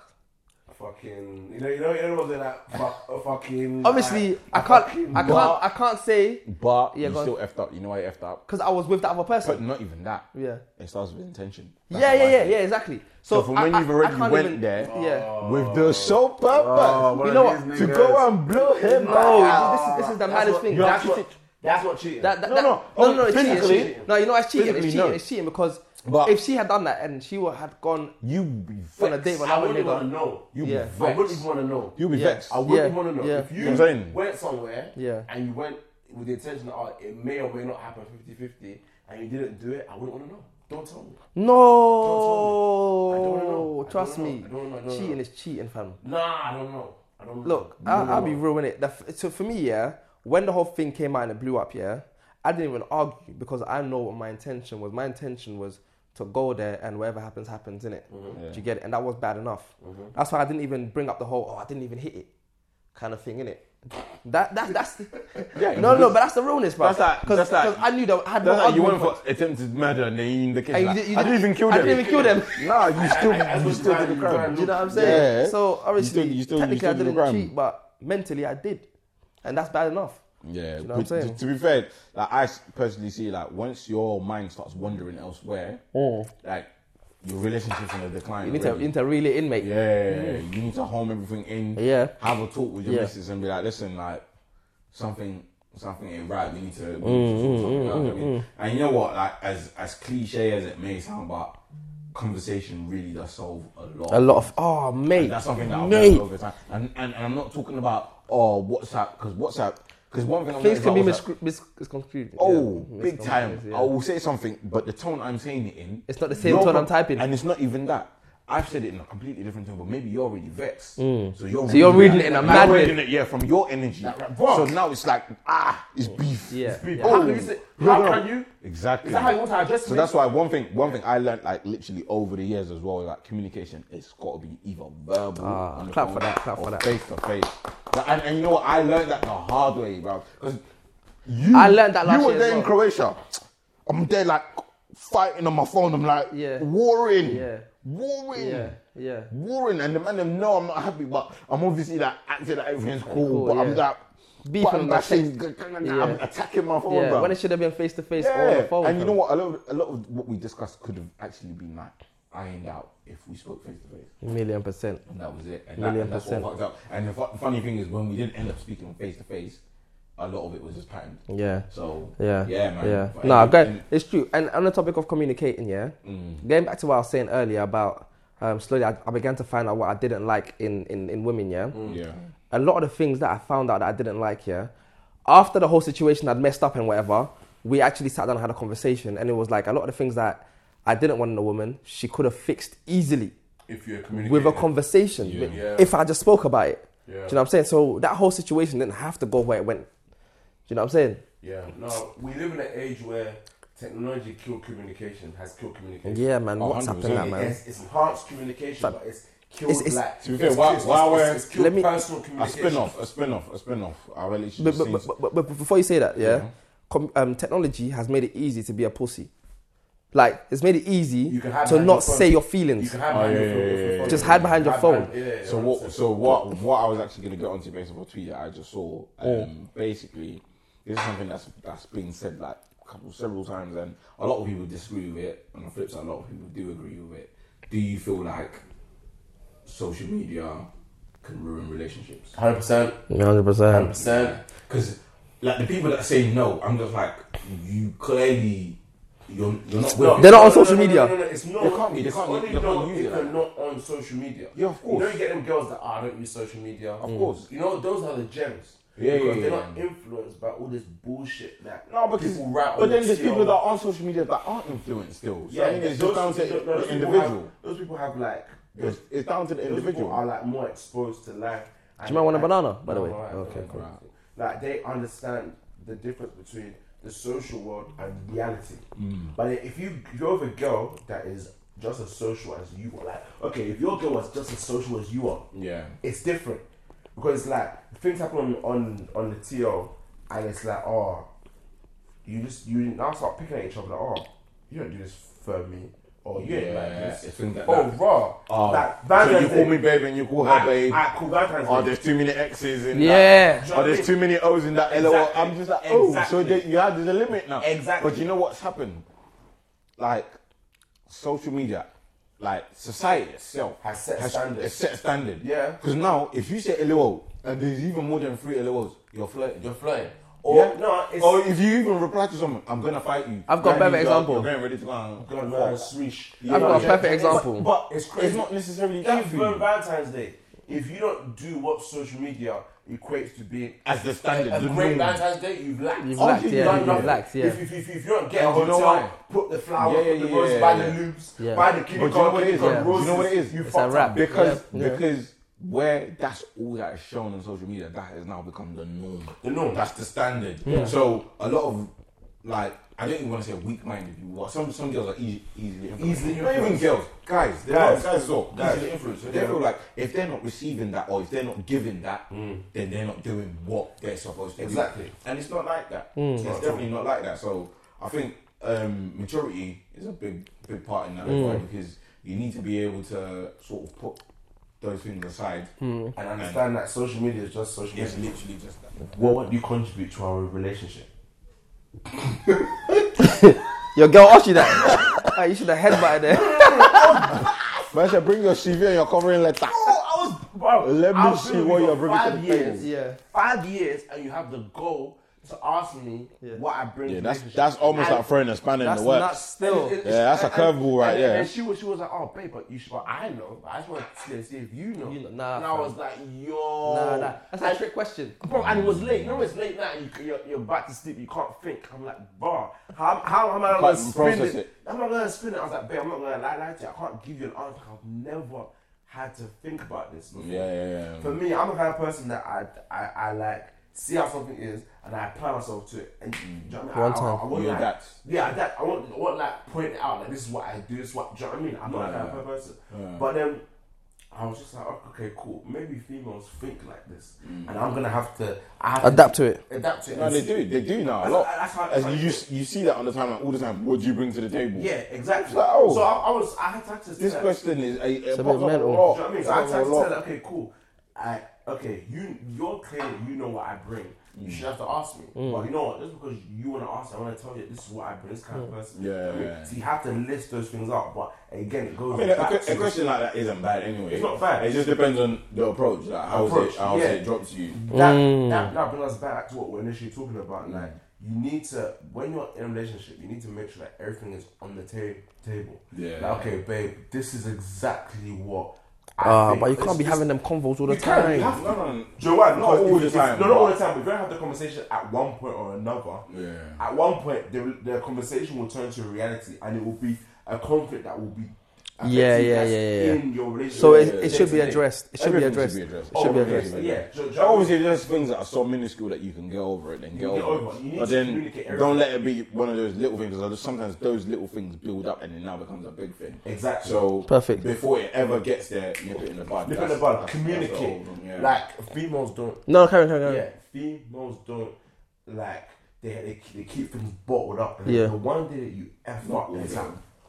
S4: Fucking. You know. You know. You know what they're like. Fuck, a fucking.
S1: Obviously,
S4: like,
S1: I
S4: a
S1: can't,
S4: fucking
S1: I can't,
S2: bar.
S1: I can't say
S2: But
S1: Yeah,
S2: you
S1: go on.
S2: still effed up. You know why you effed up?
S1: because I was with the other
S2: But
S1: person.
S2: not even that.
S1: Yeah.
S2: It starts with intention. That's
S1: Yeah,
S2: why
S1: yeah,
S2: I
S1: yeah,
S2: said
S1: yeah, exactly.
S2: So
S1: So,
S2: from
S1: I-
S2: when
S1: I-
S2: you've already
S1: I can't
S2: went
S1: even-
S2: there-
S1: yeah.
S2: With the sole
S4: Oh,
S2: purpose
S4: one
S1: You
S4: of
S1: know what?
S4: these
S2: to
S4: niggas.
S2: go and blow him
S1: No,
S2: back.
S1: this is this is the
S4: That's
S1: maddest
S4: what-
S1: thing.
S4: That's what. That's what cheating.
S1: That, that,
S2: No,
S1: that-
S2: no.
S1: no,
S2: Oh,
S1: no, it's cheating.
S2: physically-
S1: it's cheating. No, you know why it's cheating. It's
S2: physically,
S1: cheating.
S2: no.
S1: It's cheating because
S2: But-
S1: if she had done that and she would- had gone
S2: You be
S1: on a
S2: vexed.
S1: date with
S4: I
S1: another
S4: wouldn't want to
S1: nigga,
S4: know.
S2: You
S1: Yeah. I
S2: be
S4: I wouldn't even
S2: vexed.
S4: want to know.
S2: You be
S1: Yeah.
S2: vexed.
S4: I wouldn't
S1: Yeah,
S4: want to know.
S1: yeah,
S4: if you
S2: yeah. I'm saying.
S4: went somewhere
S1: Yeah.
S4: and you went with the intention that oh, it may or may not happen 50-50 and you didn't do it, I wouldn't want to know. Don't tell me. I don't wanna know. I
S1: no,
S4: don't
S1: trust
S4: wanna know.
S1: me,
S4: I don't wanna know. I don't wanna
S1: cheating
S4: know.
S1: is cheating, fam.
S4: Nah, I don't know. I don't know.
S1: Look,
S4: No,
S1: I, I'll
S4: no,
S1: be
S4: no.
S1: real in it. The f- so for me, yeah, when the whole thing came out and it blew up, yeah, I didn't even argue because I know what my intention was. My intention was to go there and whatever happens, happens, innit?
S2: Yeah.
S1: Do you get it? And that was bad enough.
S2: Mm-hmm.
S1: That's why I didn't even bring up the whole, oh, I didn't even hit it kind of thing, innit? That, that, that's the,
S2: Yeah,
S1: no, no, but that's the realness, bro.
S2: That's like-
S1: Because
S2: that's like-
S1: I knew that I had
S2: That's
S1: no
S2: like you went
S1: argument
S2: for attempted murder and then you in the
S1: And
S2: kitchen.
S1: you
S2: Like,
S1: did- you
S2: I didn't even kill
S1: I
S2: them.
S1: didn't even kill them.
S2: Nah, you still,
S4: I- I
S2: you
S4: was
S2: still
S4: trying
S2: did the
S4: to
S2: crime.
S1: Do you know what I'm
S2: Yeah.
S1: saying? So obviously,
S2: You still- you still- you
S1: technically
S2: still
S1: I
S2: did the
S1: didn't
S2: crime.
S1: cheat, but mentally I did, and that's bad enough.
S2: Yeah,
S1: know what I'm
S2: but to-
S1: saying?
S2: to be fair, like I s- personally see, like once your mind starts wandering elsewhere, like your relationships in a decline.
S1: Oh. You need to,
S2: already.
S1: you need to reel it in, mate.
S2: yeah, you need to home everything in.
S1: Yeah.
S2: have a talk with your
S1: Yeah.
S2: missus and be like, listen, like something, something ain't right. We need to, we
S1: Mm,
S2: need to sort something out. I mean, and you know what? Like as as cliche as it may sound, but conversation really does solve a lot.
S1: A lot of oh, mate.
S2: And that's something that I've
S1: mate.
S2: learned over time. And, and, and I'm not talking about oh WhatsApp because WhatsApp because one thing I'm
S1: Things can be
S2: about WhatsApp-
S1: miscru- mis- misconstrued. yeah.
S2: Oh, big
S1: Misconstrued,
S2: time!
S1: yeah.
S2: I will say something, but the tone I'm saying it in,
S1: It's not the same
S2: you're
S1: tone
S2: prob-
S1: I'm typing.
S2: and it's not even that. I've said it in a completely different tone, but maybe you're already vexed, so you're
S1: Hmm. So you're reading it in a
S2: You're
S1: mad way.
S2: reading it, yeah, from your energy. so now it's like ah, it's beef.
S1: Hmm. Yeah,
S2: it's beef.
S1: yeah.
S4: How can you say- how can you-
S2: Exactly.
S4: Is that how you want to address
S2: So
S4: me?
S2: that's why one thing, one thing I learned like literally over the years as well, like communication, it's got to be either verbal,
S1: Ah,
S2: on the
S1: clap for
S2: phone
S1: that, clap for
S2: or
S1: that.
S2: face to face. Like, And, and you know what? I learned that the hard way, bro. 'Cause you,
S1: I learned that last
S2: You were
S1: year as
S2: there in
S1: well.
S2: Croatia. I'm there like fighting on my phone. I'm like
S1: Yeah.
S2: warring,
S1: Yeah.
S2: warring,
S1: yeah, yeah.
S2: warring, and the man them know I'm not happy, but I'm obviously like acting like everything's cool,
S1: Cool,
S2: but I'm
S1: yeah.
S2: like.
S1: Beefing
S2: button
S1: on the
S2: bashing, I'm
S1: Yeah.
S2: attacking my phone,
S1: yeah.
S2: bro.
S1: When it should have been face to face or on
S2: Yeah,
S1: the phone.
S2: and you know
S1: fam.
S2: what? A lot, of, a lot of what we discussed could have actually been like ironed out if we spoke face to face,
S1: Million percent.
S2: and that was it. And, that,
S1: Million
S2: and that's what
S1: percent.
S2: fucked up. And the fu- funny thing is, when we did end up speaking face to face, a lot of it was just patterned.
S1: Yeah.
S2: So
S1: Yeah.
S2: yeah, man.
S1: Yeah.
S2: But
S1: No,
S2: anyway,
S1: go,
S2: and-
S1: it's true. And on the topic of communicating, yeah, going back to what I was saying earlier about um, slowly, I, I began to find out what I didn't like in in, in women, yeah.
S2: Yeah.
S1: A lot of the things that I found out that I didn't like, yeah. After the whole situation, I'd messed up and whatever. We actually sat down and had a conversation, and it was like a lot of the things that I didn't want in a woman, she could have fixed easily
S4: if you're communicating
S1: with a conversation. with-
S4: Yeah.
S1: If I just spoke about it, do
S4: Yeah.
S1: you know what I'm saying? So that whole situation didn't have to go where it went. Do you know what I'm saying?
S4: Yeah, no, we live in an age where technology killed communication, has killed communication.
S1: Yeah, man.
S2: Oh,
S1: What's happening,
S2: 100%.
S1: that, man?
S4: It's, it's enhanced communication, but it's killed
S1: It's- it's-
S4: like.
S2: To be fair, while-
S4: it's,
S2: while
S4: it's-
S2: we're-
S4: it's killed
S1: Let me-
S4: personal
S2: A
S4: communication.
S2: spin off, a spin off, a spin off. Our relationship
S1: but, but,
S2: seems-
S1: but, but, but before you say that, yeah, Com- um, technology has made it easy to be a pussy. Like it's made it easy
S4: You can hide
S1: to
S4: behind
S1: not
S4: your phone.
S1: say your
S4: You
S1: feelings.
S4: can hide behind
S2: yeah,
S4: your phone,
S2: yeah,
S4: your
S2: yeah,
S4: phone.
S1: Just hide behind your phone.
S4: behind- yeah, yeah,
S2: So
S4: yeah,
S2: what?
S4: that's it.
S2: So what? What I was actually going to get onto based on a tweet that I just saw. Um, Basically, this is something that's that's been said like a couple several times, and a lot of people disagree with it. On the flip side, a lot of people do agree with it. Do you feel like social media can ruin relationships?
S4: 100%.
S1: Hundred percent.
S4: 100%.
S2: Because like the people that say no, I'm just like you clearly you're you're not with
S4: No,
S2: it.
S1: They're not on
S4: no, no,
S1: social
S4: no, no,
S1: media.
S4: No, no, no, It's not.
S2: They can't be, they
S4: it's
S2: can't-
S4: only
S2: they can't
S4: not
S2: use
S4: if
S2: it.
S4: they're not on social media.
S2: Yeah, of
S4: You know,
S2: course.
S4: you get them girls that "Ah, I don't use social media. Of
S2: course.
S4: You know, those are the gems.
S2: Yeah, yeah,
S4: because they're
S2: yeah,
S4: not
S2: yeah.
S4: influenced by all this bullshit that
S2: No, because
S4: people write.
S2: but
S4: on
S2: then
S4: the
S2: there's
S4: TL.
S2: people that are on social media that aren't influenced still. So I think it's just
S4: those-
S2: down to
S4: those- those
S2: the
S4: people
S2: individual.
S4: have- Those people have like
S2: It's, it's down to the
S4: those people are
S2: individual.
S4: like more exposed to life. Do
S1: you man want a banana, by the way? Okay,
S4: cool. Like they understand the difference between the social world and reality.
S1: Mm.
S4: But if you if you're with a girl that is just as social as you are, like okay, if your girl was just as social as you are,
S2: Yeah.
S4: it's different because like things happen on on, on the TL, and it's like oh, you just you now start picking at each other like oh, you don't do this for me. or you ain't like
S2: Yeah,
S4: this.
S2: it's things like
S4: oh,
S2: that.
S4: raw.
S2: Oh,
S4: like
S2: so you
S4: Valentine's
S2: call me
S4: Day.
S2: babe and you call her
S4: I,
S2: babe.
S4: I call Valentine's
S2: oh,
S4: Day.
S2: there's too many X's in
S1: Yeah.
S2: that. Oh, there's too many O's in that. LOL.
S4: Exactly.
S2: I'm just like, oh, so
S4: Exactly.
S2: there- you have there's a limit now.
S4: Exactly.
S2: But you know what's happened? Like, social media, like society itself
S4: Has set
S2: has,
S4: standards.
S2: has set standard.
S4: Yeah.
S2: Because now, if you say LOL and there's even more than three LOLs, you're flirting.
S4: You're flirting. Or
S2: yeah?
S4: no, it's
S2: or if you even reply to someone, I'm gonna fight you.
S1: I've got
S2: That
S1: a better
S2: means you're-
S1: example.
S2: You're getting ready to go. and-
S4: God, man, swish.
S1: I've got a
S2: Yeah.
S1: perfect example.
S2: But,
S4: It's
S2: it's
S4: crazy.
S2: crazy. It's not necessarily that for
S4: Even
S2: you.
S4: Valentine's Day, if you don't do what social media equates to being
S2: as the standard.
S4: a
S2: the
S4: great
S2: norm.
S4: Valentine's Day, you've lacked.
S1: You've
S2: Oh,
S1: lacked,
S2: you
S1: yeah,
S2: done
S1: you've
S2: nothing.
S1: lacked, yeah.
S4: If, if, if, if you don't get a
S2: And you know
S4: hotel,
S2: why?
S4: put the flowers,
S2: Yeah, yeah,
S4: put the
S2: yeah,
S4: roses,
S2: yeah,
S4: buy
S2: yeah.
S4: the lubes,
S1: Yeah.
S4: buy the
S2: But
S4: kitty
S2: you know what it is?
S4: got
S1: yeah?
S2: Do you know what it
S4: roses,
S2: is?
S4: You
S2: It's
S1: a
S4: fucked
S1: wrap.
S4: up.
S2: Because
S1: Yeah.
S2: because where that's all that is shown on social media, that has now become the norm.
S4: The norm.
S2: That's the standard. So a lot of like I don't even want to say weak minded people. But some some girls are easy, easily influenced. easily not even girls, guys, they're
S4: Guys.
S2: guys, guys as well,
S4: Guys.
S2: easily influenced. So they feel like if they're not receiving that or if they're not giving that, then they're not doing what they're supposed to
S4: Mm. Exactly. Mm.
S2: do. And it's not like that. It's
S4: Not at
S2: definitely not like that. So I think um, maturity is a big big part in that
S4: Mm.
S2: regard because you need to be able to sort of put those things aside.
S4: And understand that social media is just social media.
S2: It's literally just that.
S4: What do you contribute to our relationship?
S1: Your girl asked you that. Ah, you should have headbutted her.
S5: Man said, bring your CV and your covering letter.
S4: Oh, I was. Bro,
S5: Let me
S4: I've
S5: see
S4: been with
S5: what
S4: you
S5: you're
S4: for
S5: bringing to
S4: five
S5: the
S4: years,
S1: Yeah.
S4: Five years, and you have the goal to ask me
S1: Yeah.
S4: what I bring.
S5: Yeah,
S4: to
S5: that's
S4: relationship.
S5: that's almost
S4: And-
S5: like throwing a spanner in
S1: That's
S5: the
S1: not
S5: works.
S1: still.
S4: and- and-
S5: Yeah, that's a
S4: and- and-
S5: curveball right
S4: and-
S5: there.
S4: And she was, she was like, "Oh, babe, but you should." But I know. But I just want to see if you know.
S1: You know, nah,
S4: and I
S1: fam.
S4: was like, "Yo,
S1: Nah, nah. That's a
S4: And-
S1: trick question.
S4: Bro, and it was late. You know, it's late night. You, you're, you're back to sleep. You can't think. I'm like, bro, how, how am I not gonna
S5: Can't
S4: spin
S5: process
S4: it?
S5: it.
S4: I'm not gonna spin it. I was like, babe, I'm not gonna lie, lie to you. I can't give you an answer. I've never had to think about this. Before.
S2: Yeah, yeah, yeah.
S4: For me, I'm the kind of person that I, I, I like see how something is and I apply myself to it. And do you know what I mean?
S1: One
S4: I- I-
S1: time.
S4: I, want
S2: You
S4: like,
S2: adapt.
S4: Yeah, adapt. I want, I want like point it out. Like this is what I do. This is what do you know what I mean? I'm not that kind of person. But then I was just like, oh, okay, cool. Maybe females think like this, and I'm gonna have to I have
S1: Adapt to it.
S4: Adapt to it.
S5: No,
S4: and
S5: they
S4: see-
S5: Mm. do. They do now a
S4: That's-
S5: lot.
S4: that's how-
S5: As
S4: that's how-
S5: you s- you see that on the timeline all the time. What do you bring to the table?
S4: Yeah, exactly.
S5: Like, oh.
S4: so I, I was, I had to access
S5: This
S4: that.
S5: question is a,
S1: a
S5: a,
S1: bit mental.
S2: Oh,
S4: Do you know what I mean? So I had
S5: a
S4: to tell her,
S5: lot.
S4: okay, cool. I okay, you you're claiming you know what I bring. You should have to ask me. But you know what? Just because you want to ask, I want to tell you this is what I bring. This kind of person.
S5: Yeah,
S4: I mean,
S5: yeah.
S4: So you have to list those things out. But again, it goes
S2: I mean, a,
S4: back
S2: que-
S4: to
S2: a question like that isn't bad anyway.
S4: It's not bad.
S2: It just depends on the approach. Like how is
S4: Approach,
S2: it? How is
S4: yeah.
S2: it dropped to you?
S4: that, that that brings us back to what we're initially talking about. Like you need to when you're in a relationship, you need to make sure that everything is on the ta- table.
S2: Yeah.
S4: Like, okay, babe, this is exactly what. I
S1: Ah,
S4: think.
S1: but you can't
S4: This-
S1: be
S4: this-
S1: having them convos all the
S4: you can,
S1: time.
S4: you have
S2: No, no, no.
S4: Do you know why?
S2: Not
S4: Because
S2: all
S4: if-
S2: the
S4: if-
S2: time,
S4: No, not all the
S2: but-
S4: time. If you don't have the conversation at one point or another,
S2: Yeah.
S4: at one point the, the conversation will turn to reality, and it will be a conflict that will be affecting
S1: Yeah, yeah,
S4: that's
S1: yeah, yeah.
S4: in your relationship.
S1: So it,
S4: Yeah,
S1: it
S4: yeah,
S1: should be
S4: yeah.
S1: addressed. It should be
S2: Everything
S1: addressed.
S2: should be addressed.
S1: It should be
S4: Oh,
S1: addressed.
S4: yeah, yeah. So- so-
S2: Obviously, there's things that are so minuscule that you can get over it, then get
S4: can get
S2: over
S4: over it. You need
S2: it. But
S4: to
S2: then
S4: communicate everything.
S2: don't let it be one of those little things. Because sometimes those little things build up and it now becomes a big thing.
S4: Exactly.
S2: So
S1: Perfect.
S2: Before it ever gets there, nip it in the bud.
S4: Nip it in the
S2: That's-
S4: bud.
S2: that's- that's the
S4: Communicate.
S2: whole- yeah.
S4: Like females don't.
S1: No, carry on, carry on.
S4: Yeah, females don't like they they, they keep things bottled up. And
S1: Yeah. Mm.
S4: The one day that you f up, it's like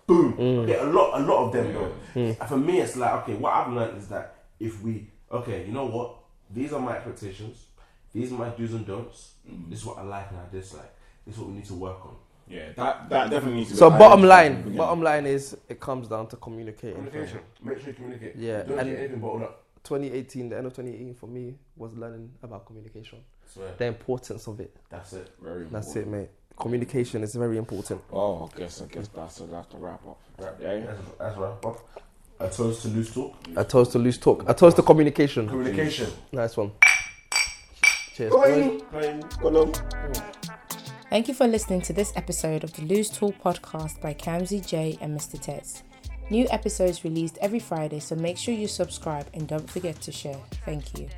S4: boom. Okay, a lot a lot of them though. For me, it's like okay, what I've learned is that if we okay, you know what? These are my expectations. These are my do's and don'ts. This is what I like and I dislike. This is what we need to work on.
S2: yeah, that that definitely needs to.
S1: So
S2: be
S1: bottom
S2: identified from the
S1: line,
S2: beginning.
S1: bottom line is it comes down to communicating.
S4: Communication. Make sure you communicate.
S1: Yeah,
S4: Don't
S1: and-
S4: get anything bottled up.
S1: 2018, the end of 2018 for me was learning about communication,
S4: Swear.
S1: the importance of it.
S4: That's it.
S2: Very
S1: That's
S2: important.
S1: it, mate. Communication is very important.
S2: Oh, I guess I guess that's a, that's a wrap up. Yeah.
S4: That's, that's right. A toast to loose talk.
S1: A toast to loose talk. A toast to communication.
S4: Communication.
S1: Nice one. Cheers. boys.
S4: Plain.
S3: Thank you for listening to this episode of the Lose Talk podcast by Kamzi J and Mr. Tets. New episodes released every Friday, so make sure you subscribe and don't forget to share. Thank you.